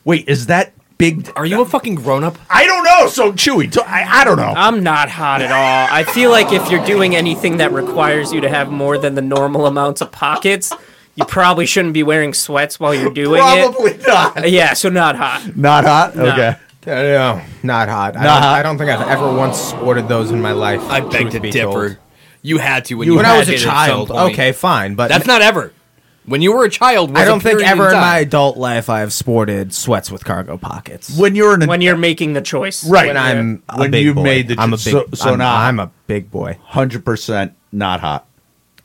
[SPEAKER 2] wait, is that big
[SPEAKER 1] Are you a fucking grown up?
[SPEAKER 2] I don't know. So Chewy, t- I, I don't know.
[SPEAKER 3] I'm not hot at all. I feel like if you're doing anything that requires you to have more than the normal amounts of pockets, you probably shouldn't be wearing sweats while you're doing
[SPEAKER 2] Probably not.
[SPEAKER 3] it. Yeah, so not hot.
[SPEAKER 2] Not hot. Okay.
[SPEAKER 4] No, not hot. I,
[SPEAKER 2] Not
[SPEAKER 4] don't,
[SPEAKER 2] hot.
[SPEAKER 4] I don't think I've ever once ordered those in my life.
[SPEAKER 1] I beg
[SPEAKER 4] truth
[SPEAKER 1] to
[SPEAKER 4] be
[SPEAKER 1] differ.
[SPEAKER 4] told.
[SPEAKER 1] You had to when you,
[SPEAKER 4] When I
[SPEAKER 1] had
[SPEAKER 4] was a
[SPEAKER 1] it at some
[SPEAKER 4] child,
[SPEAKER 1] point.
[SPEAKER 4] okay, fine, but
[SPEAKER 1] That's not ever. When you were a child, was
[SPEAKER 4] I
[SPEAKER 1] a
[SPEAKER 4] don't think
[SPEAKER 1] period
[SPEAKER 4] ever
[SPEAKER 1] in
[SPEAKER 4] in
[SPEAKER 1] time.
[SPEAKER 4] my adult life I have sported sweats with cargo pockets.
[SPEAKER 2] When you're in a
[SPEAKER 3] When you're making the choice.
[SPEAKER 2] Right.
[SPEAKER 4] When I'm a
[SPEAKER 2] When
[SPEAKER 4] big
[SPEAKER 2] you
[SPEAKER 4] boy.
[SPEAKER 2] made the
[SPEAKER 4] I'm a big
[SPEAKER 2] cho- so- so
[SPEAKER 4] I'm,
[SPEAKER 2] not-
[SPEAKER 4] I'm a big boy.
[SPEAKER 2] hundred percent not hot.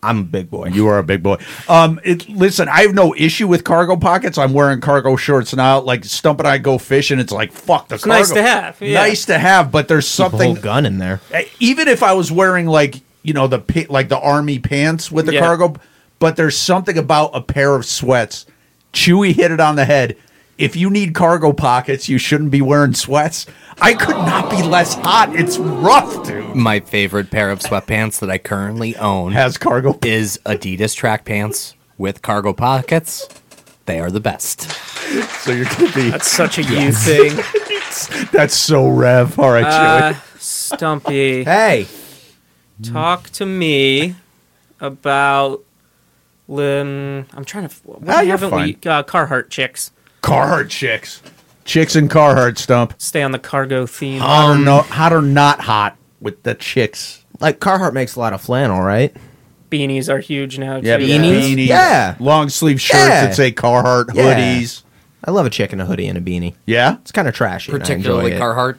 [SPEAKER 4] I'm a big boy.
[SPEAKER 2] You are a big boy. Um, it, listen, I have no issue with cargo pockets. I'm wearing cargo shorts now. Like Stump and I go fishing. It's like fuck the. It's cargo.
[SPEAKER 3] nice to have, yeah.
[SPEAKER 2] Nice to have, but there's
[SPEAKER 4] Keep a whole
[SPEAKER 2] something.
[SPEAKER 4] gun in there.
[SPEAKER 2] Uh, Even if I was wearing like you know the pa- like the army pants with the
[SPEAKER 3] Yeah.
[SPEAKER 2] cargo, but there's something about a pair of sweats. Chewy hit it on the head. If you need cargo pockets, you shouldn't be wearing sweats. I could not be less hot. It's rough, dude.
[SPEAKER 1] My favorite pair of sweatpants that I currently own
[SPEAKER 2] Has cargo
[SPEAKER 1] is Adidas track pants with cargo pockets. They are the best.
[SPEAKER 2] So you're gonna
[SPEAKER 3] [laughs]
[SPEAKER 2] be
[SPEAKER 3] That's such a
[SPEAKER 4] [laughs]
[SPEAKER 3] you thing.
[SPEAKER 2] that's so rev. All right,
[SPEAKER 3] Uh,
[SPEAKER 2] Chewy.
[SPEAKER 3] Stumpy,
[SPEAKER 4] Hey,
[SPEAKER 3] talk to me about. Um, I'm trying to. Why
[SPEAKER 2] Ah, you're
[SPEAKER 3] haven't we uh, Carhartt chicks
[SPEAKER 2] Carhartt chicks, chicks and Carhartt stump.
[SPEAKER 3] stay on the cargo theme?
[SPEAKER 2] Hot or no, hot or not hot with the chicks.
[SPEAKER 4] like Carhartt makes a lot of flannel, right?
[SPEAKER 3] beanies are huge now. too.
[SPEAKER 4] beanies. Yeah.
[SPEAKER 2] long sleeve shirts
[SPEAKER 4] Yeah.
[SPEAKER 2] that say Carhartt
[SPEAKER 4] Yeah.
[SPEAKER 2] hoodies.
[SPEAKER 4] I love a chick in a hoodie and a beanie.
[SPEAKER 2] Yeah,
[SPEAKER 4] It's kind of trashy. and I enjoy
[SPEAKER 1] Particularly
[SPEAKER 4] it.
[SPEAKER 1] Carhartt.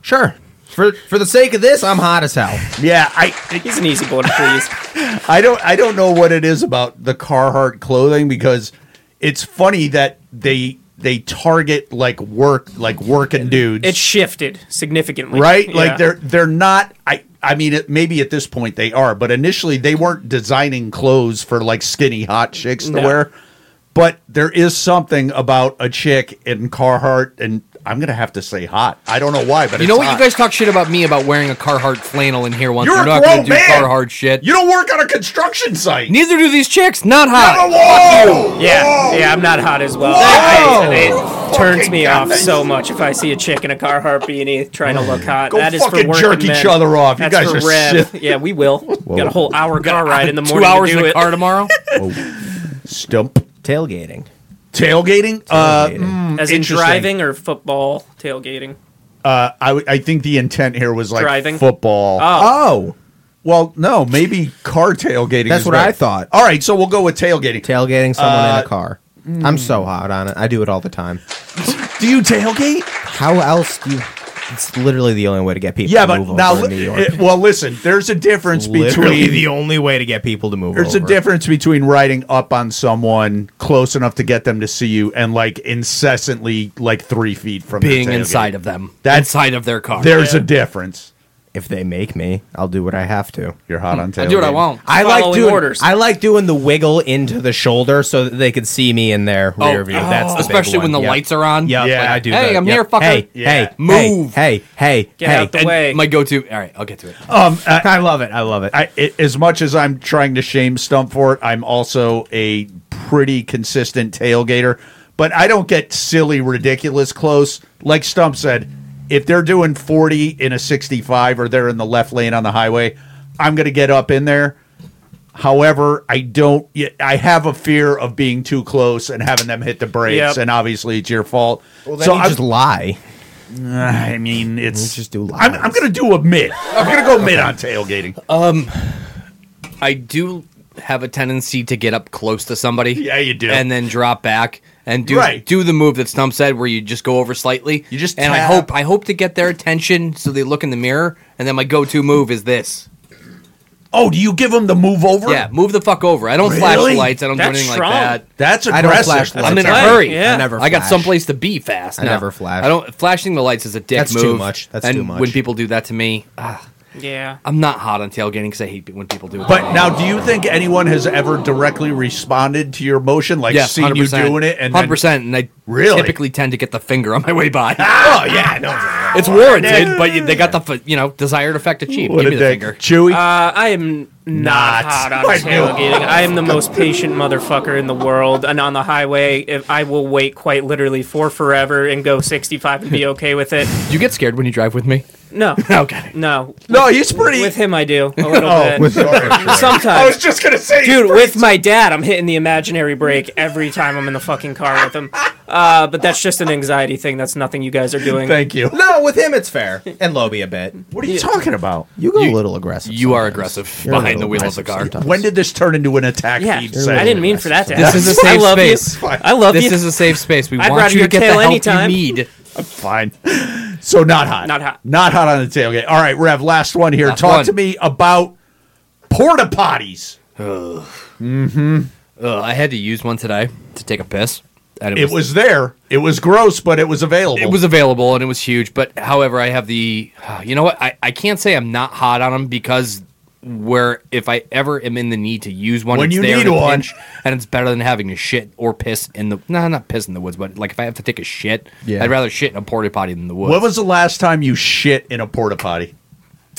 [SPEAKER 4] Sure. For for the sake of this, I'm hot as hell.
[SPEAKER 2] yeah. I
[SPEAKER 3] He's an easy boy to please.
[SPEAKER 2] I don't I don't know what it is about the Carhartt clothing because it's funny that they they target like work like working dudes.
[SPEAKER 3] It shifted significantly.
[SPEAKER 2] right
[SPEAKER 3] Yeah.
[SPEAKER 2] like they're they're not i i mean it, maybe at this point they are but initially they weren't designing clothes for like skinny hot chicks to
[SPEAKER 3] No.
[SPEAKER 2] wear but there is something about a chick in carhartt and i'm gonna have to say hot i don't know why but
[SPEAKER 1] You
[SPEAKER 2] it's
[SPEAKER 1] know what?
[SPEAKER 2] hot.
[SPEAKER 1] You guys talk shit about me about wearing a Carhartt flannel in here once.
[SPEAKER 2] You're
[SPEAKER 1] We're
[SPEAKER 2] a
[SPEAKER 1] not
[SPEAKER 2] grown
[SPEAKER 1] gonna do
[SPEAKER 2] man.
[SPEAKER 1] Carhartt shit.
[SPEAKER 2] you don't work on a construction site
[SPEAKER 1] Neither do these chicks. Not
[SPEAKER 2] Whoa,
[SPEAKER 1] hot.
[SPEAKER 2] whoa,
[SPEAKER 3] Yeah,
[SPEAKER 2] whoa.
[SPEAKER 3] yeah, I'm not hot as well.
[SPEAKER 2] Whoa!
[SPEAKER 3] It- It turns
[SPEAKER 2] Fucking
[SPEAKER 3] me off
[SPEAKER 2] guys.
[SPEAKER 3] so much if I see a chick in a Carhartt beanie trying to look hot.
[SPEAKER 2] Go
[SPEAKER 3] that is
[SPEAKER 2] fucking
[SPEAKER 3] for working
[SPEAKER 2] jerk
[SPEAKER 3] men.
[SPEAKER 2] each other off. You
[SPEAKER 3] That's
[SPEAKER 2] guys
[SPEAKER 3] for
[SPEAKER 2] are
[SPEAKER 3] rev.
[SPEAKER 2] sick.
[SPEAKER 3] Yeah, we
[SPEAKER 2] [laughs]
[SPEAKER 3] will. Got a whole hour car ride in the morning.
[SPEAKER 1] Two hours
[SPEAKER 3] to do
[SPEAKER 1] in the
[SPEAKER 3] it.
[SPEAKER 1] car
[SPEAKER 4] [laughs]
[SPEAKER 1] tomorrow.
[SPEAKER 2] stump
[SPEAKER 4] Tailgating.
[SPEAKER 2] tailgating, uh
[SPEAKER 4] Tailgating.
[SPEAKER 2] mm,
[SPEAKER 3] As in
[SPEAKER 2] interesting.
[SPEAKER 3] driving or football tailgating.
[SPEAKER 2] uh I, w- I think the intent here was like
[SPEAKER 3] Driving?
[SPEAKER 2] football Uh,
[SPEAKER 4] Oh,
[SPEAKER 2] Well, no, maybe car tailgating.
[SPEAKER 4] That's
[SPEAKER 2] is
[SPEAKER 4] what
[SPEAKER 2] better.
[SPEAKER 4] I thought.
[SPEAKER 2] All right, so we'll go with tailgating.
[SPEAKER 4] tailgating someone
[SPEAKER 2] Uh,
[SPEAKER 4] in a car. hmm. I'm so hot on it. I do it all the time.
[SPEAKER 2] Do you tailgate?
[SPEAKER 4] How else do you? It's literally the only way to get people.
[SPEAKER 2] Yeah,
[SPEAKER 4] to
[SPEAKER 2] but
[SPEAKER 4] move
[SPEAKER 2] now,
[SPEAKER 4] over to New York.
[SPEAKER 2] it- well, listen. There's a difference
[SPEAKER 4] literally
[SPEAKER 2] between
[SPEAKER 4] the only way to get people to move.
[SPEAKER 2] There's
[SPEAKER 4] over.
[SPEAKER 2] a difference between riding up on someone close enough to get them to see you and like incessantly like three feet from their
[SPEAKER 1] being
[SPEAKER 2] tailgate.
[SPEAKER 1] inside of them,
[SPEAKER 2] That's-
[SPEAKER 1] inside of their car.
[SPEAKER 2] There's a difference.
[SPEAKER 4] If they make me, I'll do what I have to.
[SPEAKER 2] You're hot on tailgate.
[SPEAKER 1] I do what I want.
[SPEAKER 4] Hmm. I like
[SPEAKER 3] Following
[SPEAKER 4] doing.
[SPEAKER 3] orders.
[SPEAKER 4] I like doing the wiggle into the shoulder so that they could see me in their
[SPEAKER 1] Oh,
[SPEAKER 4] rear view. That's the big
[SPEAKER 1] especially
[SPEAKER 4] one.
[SPEAKER 1] when the
[SPEAKER 4] Yep.
[SPEAKER 1] lights are on.
[SPEAKER 4] Yep.
[SPEAKER 2] Yeah,
[SPEAKER 4] I do.
[SPEAKER 1] Hey,
[SPEAKER 4] that.
[SPEAKER 1] I'm
[SPEAKER 4] Yep.
[SPEAKER 1] here, fucker.
[SPEAKER 4] Hey,
[SPEAKER 2] Yeah.
[SPEAKER 4] hey,
[SPEAKER 1] Move.
[SPEAKER 4] Hey, hey, hey,
[SPEAKER 3] Get
[SPEAKER 4] hey.
[SPEAKER 3] out the way.
[SPEAKER 1] My go-to. All right, I'll get to it.
[SPEAKER 2] Um, I,
[SPEAKER 4] I love it. I love it.
[SPEAKER 2] I, i- as much as I'm trying to shame Stump for it, I'm also a pretty consistent tailgater. But I don't get silly, ridiculous close. Like Stump said, if they're doing 40 in a 65 or they're in the left lane on the highway, I'm going to get up in there. However, I don't. y- I have a fear of being too close and having them hit the brakes,
[SPEAKER 3] Yep.
[SPEAKER 2] and obviously it's your fault.
[SPEAKER 4] so you
[SPEAKER 2] I'm-
[SPEAKER 4] just lie.
[SPEAKER 2] I mean, it's
[SPEAKER 4] just do
[SPEAKER 2] I'm,
[SPEAKER 4] lies.
[SPEAKER 2] I'm going to do a mid. I'm going to go mid on tailgating.
[SPEAKER 1] I do have a tendency to get up close to somebody.
[SPEAKER 2] Yeah, you do.
[SPEAKER 1] And then drop back and do
[SPEAKER 2] Right.
[SPEAKER 1] do the move that Stump said, where you just go over slightly.
[SPEAKER 2] You just
[SPEAKER 1] and I
[SPEAKER 2] tap.
[SPEAKER 1] hope I hope to get their attention so they look in the mirror, and then my go-to move is this.
[SPEAKER 2] Oh, do you give them the move over?
[SPEAKER 1] Yeah, move the fuck over. I don't flash the
[SPEAKER 2] Really?
[SPEAKER 1] lights. I don't
[SPEAKER 3] That's
[SPEAKER 1] do anything
[SPEAKER 3] strong.
[SPEAKER 1] like that.
[SPEAKER 2] That's
[SPEAKER 4] I don't
[SPEAKER 2] aggressive.
[SPEAKER 4] flash
[SPEAKER 1] I'm in a
[SPEAKER 3] That's
[SPEAKER 1] hurry.
[SPEAKER 3] right, yeah.
[SPEAKER 4] I never.
[SPEAKER 1] I got
[SPEAKER 4] flash.
[SPEAKER 1] someplace to be fast.
[SPEAKER 4] I
[SPEAKER 1] no.
[SPEAKER 4] never flash.
[SPEAKER 1] I don't flashing the lights is a dick
[SPEAKER 4] That's too
[SPEAKER 1] move.
[SPEAKER 4] much. That's
[SPEAKER 1] and
[SPEAKER 4] too much.
[SPEAKER 1] When people do that to me, ah,
[SPEAKER 3] Yeah.
[SPEAKER 1] I'm not hot on tailgating because I hate when people do it. to
[SPEAKER 2] But
[SPEAKER 1] me.
[SPEAKER 2] now, do you think anyone has ever directly responded to your motion, like
[SPEAKER 1] yes,
[SPEAKER 2] seen
[SPEAKER 1] 100%,
[SPEAKER 2] you doing it? And then-
[SPEAKER 1] hundred percent, and I
[SPEAKER 2] Really?
[SPEAKER 1] typically tend to get the finger on my way by.
[SPEAKER 2] [laughs] Oh yeah, no.
[SPEAKER 1] It's warranted, but you- they got the fi- you know desired effect achieved.
[SPEAKER 2] What
[SPEAKER 1] Give
[SPEAKER 2] a
[SPEAKER 1] me the
[SPEAKER 2] dick,
[SPEAKER 1] finger.
[SPEAKER 2] Chewy.
[SPEAKER 3] Uh, I am
[SPEAKER 2] Not.
[SPEAKER 3] not, hot on
[SPEAKER 2] [laughs] I knew it.
[SPEAKER 3] tailgating. I
[SPEAKER 2] [laughs]
[SPEAKER 3] am the most patient motherfucker in the world, and on the highway, if I will wait quite literally for forever and go 65 and be okay with it.
[SPEAKER 1] You get scared when you drive with me.
[SPEAKER 2] [laughs]
[SPEAKER 3] No,
[SPEAKER 1] Okay.
[SPEAKER 3] no,
[SPEAKER 2] no, he's pretty.
[SPEAKER 3] with him I do a
[SPEAKER 2] [laughs]
[SPEAKER 3] little
[SPEAKER 2] oh,
[SPEAKER 3] bit.
[SPEAKER 2] sorry, Chewy. I was
[SPEAKER 3] [laughs] Sometimes,
[SPEAKER 2] just gonna say,
[SPEAKER 3] dude, [laughs] with my dad, I'm hitting the imaginary brake every time I'm in the fucking car with him. Uh, but that's just an anxiety thing. That's nothing you guys are
[SPEAKER 2] [laughs]
[SPEAKER 3] doing.
[SPEAKER 2] Thank you.
[SPEAKER 4] No, with him it's fair. And Lobby a bit. [laughs]
[SPEAKER 2] What are you talking about?
[SPEAKER 4] You go a little aggressive.
[SPEAKER 1] You are
[SPEAKER 4] sometimes.
[SPEAKER 1] aggressive
[SPEAKER 4] You're a
[SPEAKER 1] behind the
[SPEAKER 4] little
[SPEAKER 1] wheel of the
[SPEAKER 4] aggressive
[SPEAKER 1] car.
[SPEAKER 4] sometimes.
[SPEAKER 2] When did this turn into an attack?
[SPEAKER 3] yeah, I
[SPEAKER 2] feed segment?
[SPEAKER 3] didn't mean for that to
[SPEAKER 1] This
[SPEAKER 3] happen.
[SPEAKER 1] is a safe
[SPEAKER 3] I love
[SPEAKER 1] space.
[SPEAKER 3] you. I love
[SPEAKER 1] This
[SPEAKER 3] you.
[SPEAKER 1] is a safe space. We
[SPEAKER 3] I'd
[SPEAKER 1] want
[SPEAKER 3] ride
[SPEAKER 1] you to
[SPEAKER 3] your
[SPEAKER 1] get the
[SPEAKER 3] tail
[SPEAKER 1] help
[SPEAKER 3] anytime.
[SPEAKER 1] you need.
[SPEAKER 2] Fine. So not hot.
[SPEAKER 3] Not hot.
[SPEAKER 2] Not hot on the tailgate. All right, Rev. Last one here.
[SPEAKER 1] Last
[SPEAKER 2] Talk
[SPEAKER 1] one.
[SPEAKER 2] to me about porta potties.
[SPEAKER 1] Ugh, I had to use one today to take a piss. And
[SPEAKER 2] It was there. It was gross, but it was available.
[SPEAKER 1] it was available and it was huge. But however, I have the [sighs] you know what I, I can't say I'm not hot on them because where if I ever am in the need to use one,
[SPEAKER 2] When
[SPEAKER 1] it's
[SPEAKER 2] you
[SPEAKER 1] there
[SPEAKER 2] need
[SPEAKER 1] in a
[SPEAKER 2] one.
[SPEAKER 1] pinch, and it's better than having to shit or piss in the no, not piss in the woods, but like if I have to take a shit,
[SPEAKER 4] Yeah.
[SPEAKER 1] I'd rather shit in a porta potty than the woods.
[SPEAKER 2] When was the last time you shit in a porta potty?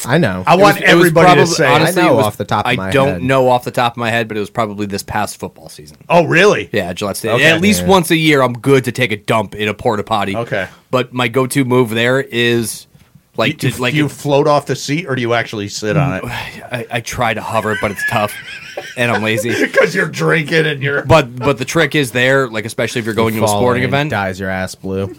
[SPEAKER 4] I know.
[SPEAKER 2] I
[SPEAKER 1] It was-
[SPEAKER 2] want
[SPEAKER 1] it was
[SPEAKER 2] everybody
[SPEAKER 1] probably-
[SPEAKER 2] to say.
[SPEAKER 1] honestly,
[SPEAKER 4] I know
[SPEAKER 1] it was-
[SPEAKER 4] off the top of
[SPEAKER 1] I
[SPEAKER 4] my
[SPEAKER 1] don't
[SPEAKER 4] head.
[SPEAKER 1] know off the top of my head, but it was probably this past football season.
[SPEAKER 2] oh, really?
[SPEAKER 1] Yeah, Gillette Stadium.
[SPEAKER 2] Okay.
[SPEAKER 1] At least
[SPEAKER 4] Yeah.
[SPEAKER 1] once a year, I'm good to take a dump in a porta potty.
[SPEAKER 2] Okay.
[SPEAKER 1] But my go-to move there is like
[SPEAKER 2] Do,
[SPEAKER 1] to, like
[SPEAKER 2] do you float off the seat or do you actually sit
[SPEAKER 1] [sighs]
[SPEAKER 2] on it?
[SPEAKER 1] I, I try to hover, but it's tough, and I'm lazy.
[SPEAKER 2] Because you're drinking and you're.
[SPEAKER 1] But but the trick is there, like especially if you're going to a
[SPEAKER 4] Fall
[SPEAKER 1] sporting
[SPEAKER 4] in,
[SPEAKER 1] event,
[SPEAKER 4] dyes your ass blue.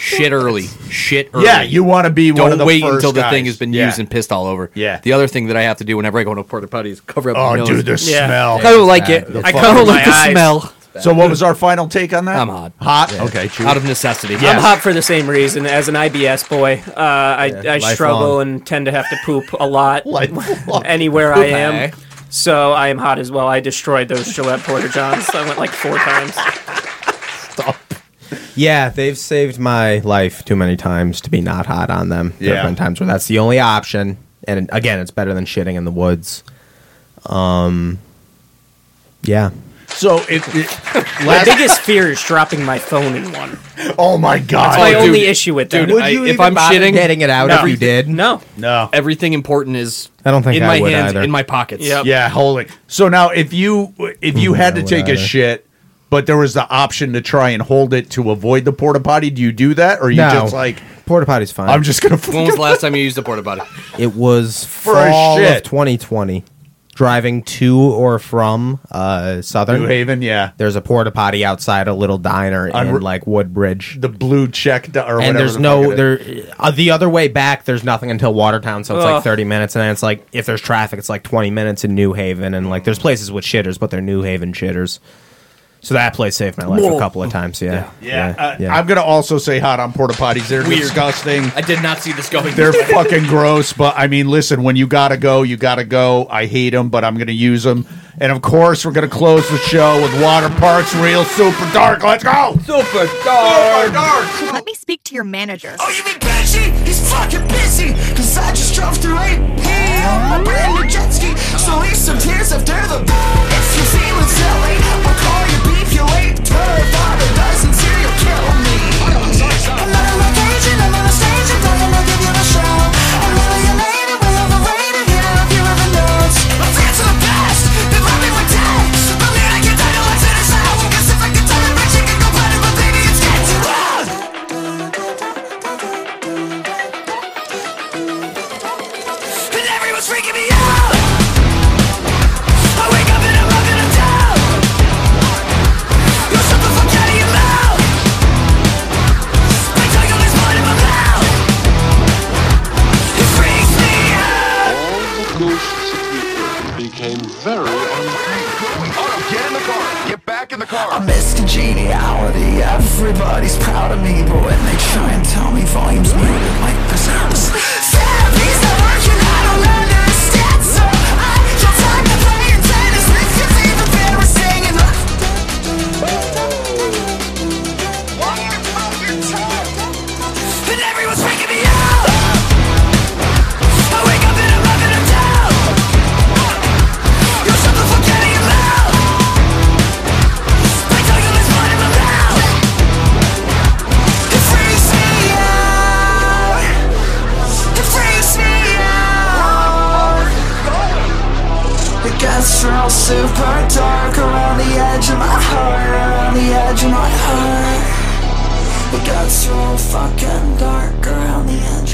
[SPEAKER 1] shit early, shit early.
[SPEAKER 2] Yeah, you want to be one of
[SPEAKER 1] don't
[SPEAKER 2] the
[SPEAKER 1] wait
[SPEAKER 2] first
[SPEAKER 1] until the
[SPEAKER 2] guys.
[SPEAKER 1] thing has been
[SPEAKER 2] Yeah.
[SPEAKER 1] used and pissed all over.
[SPEAKER 2] Yeah.
[SPEAKER 1] The other thing that I have to do whenever I go to a porta potty is cover up. my
[SPEAKER 2] Oh,
[SPEAKER 1] nose.
[SPEAKER 2] dude, the
[SPEAKER 3] Yeah.
[SPEAKER 1] [laughs]
[SPEAKER 2] smell.
[SPEAKER 1] I don't like it.
[SPEAKER 4] The
[SPEAKER 1] I
[SPEAKER 4] fuck
[SPEAKER 1] kind
[SPEAKER 4] with
[SPEAKER 1] of like
[SPEAKER 3] my
[SPEAKER 1] the
[SPEAKER 3] eyes.
[SPEAKER 1] smell.
[SPEAKER 2] So, what was our final take on that?
[SPEAKER 1] I'm hot.
[SPEAKER 2] Hot. Okay, chew.
[SPEAKER 1] Out of necessity.
[SPEAKER 3] I'm hot for the same reason as an IBS boy. Uh, I, I
[SPEAKER 4] lifelong.
[SPEAKER 3] struggle and tend to have to poop a
[SPEAKER 1] [laughs]
[SPEAKER 2] [laughs]
[SPEAKER 3] lot
[SPEAKER 2] Like,
[SPEAKER 3] anywhere I am.
[SPEAKER 1] Okay.
[SPEAKER 3] So I am hot as well. I destroyed those Gillette Porter Johns. I went like four times.
[SPEAKER 4] Yeah, they've saved my life too many times to be not hot on them. There
[SPEAKER 2] Yeah.
[SPEAKER 4] have been times where that's the only option. And again, it's better than shitting in the woods. Um, yeah.
[SPEAKER 2] so it. it
[SPEAKER 3] My
[SPEAKER 2] last,
[SPEAKER 3] biggest fear is dropping my phone in one.
[SPEAKER 2] oh my god!
[SPEAKER 3] My
[SPEAKER 1] dude.
[SPEAKER 3] only issue with that.
[SPEAKER 1] Dude, I- if I'm
[SPEAKER 4] bother
[SPEAKER 1] shitting-
[SPEAKER 4] getting it out
[SPEAKER 2] No.
[SPEAKER 4] if you did?
[SPEAKER 3] no.
[SPEAKER 2] no.
[SPEAKER 1] Everything important is
[SPEAKER 4] I don't think
[SPEAKER 1] in
[SPEAKER 4] I
[SPEAKER 1] my
[SPEAKER 4] would
[SPEAKER 1] hands,
[SPEAKER 4] either.
[SPEAKER 1] in my pockets.
[SPEAKER 3] Yep.
[SPEAKER 2] Yeah, holy. So now, if you if you had to
[SPEAKER 4] would
[SPEAKER 2] take a
[SPEAKER 4] I?
[SPEAKER 2] shit, but there was the option to try and hold it to avoid the porta potty, do you do that, or are you
[SPEAKER 4] No.
[SPEAKER 2] just like
[SPEAKER 4] Porta potty's fine.
[SPEAKER 2] I'm just gonna?
[SPEAKER 1] When was the last time you used a porta potty?
[SPEAKER 4] It was
[SPEAKER 2] a
[SPEAKER 4] fall
[SPEAKER 2] shit.
[SPEAKER 4] of 2020. Driving to or from uh, Southern.
[SPEAKER 2] New Haven, yeah.
[SPEAKER 4] There's a porta potty outside a little diner
[SPEAKER 2] On Ro-
[SPEAKER 4] in like Woodbridge.
[SPEAKER 2] The blue check do- or whatever.
[SPEAKER 4] and there's
[SPEAKER 2] the
[SPEAKER 4] no
[SPEAKER 2] fuck it
[SPEAKER 4] there uh, the other way back there's nothing until watertown so it's like
[SPEAKER 3] Ugh.
[SPEAKER 4] 30 minutes and then it's like if there's traffic it's like 20 minutes in new haven and like there's places with shitters but they're new haven shitters So that place saved my life a couple of times. Yeah.
[SPEAKER 2] Yeah, uh, I'm gonna also say hot on porta potties. They're disgusting.
[SPEAKER 1] I did not see this going.
[SPEAKER 2] They're fucking gross. But I mean, listen, when you gotta go, you gotta go. I hate them, but I'm gonna use them. And of course, we're gonna close the show with Water Parks Real Super Dark. Let's go.
[SPEAKER 1] super dark.
[SPEAKER 5] Let me speak to your manager.
[SPEAKER 6] Oh, you mean Banshee? He's fucking busy, cause I just drove through AP on my brand new jet ski. So leave some tears if they're the If you feel it's silly, I'll call you beef, you late. Terrified or die sincere, you'll kill me. I'm not on vacation, I'm on a stage, I'm dying, I'll give you a show. I'm really a lady, we have a lady here, if you ever knows. Let's answer the past, then let me pretend. But man, I can't die till I finish out. Cause if I can tell it, my chicken go platter, but baby, it's getting too loud. And everyone's freaking me out. I wake up and I'm not gonna tell. You shut the fuck out of your mouth. My tongue always wanted my mouth. It freaks me out.
[SPEAKER 7] all the ghosts of the earth became very unhappy.
[SPEAKER 8] Get in the car. Oh, Get back in the car.
[SPEAKER 6] I miss congeniality. Everybody's proud of me, but when they try and tell me volumes muted like this house. Therapy's not working, I don't understand. So I get time to play and tennis. This is embarrassing. And I... And everyone's freaking me out. I wake up and I'm rubbing them down. You shut the fuck out of your mouth. My tongue is blood in my mouth. It freaks me out. It freaks me out. It gets real super dark around the edge of my heart, around the edge of my heart. It gets real fucking dark around the edge.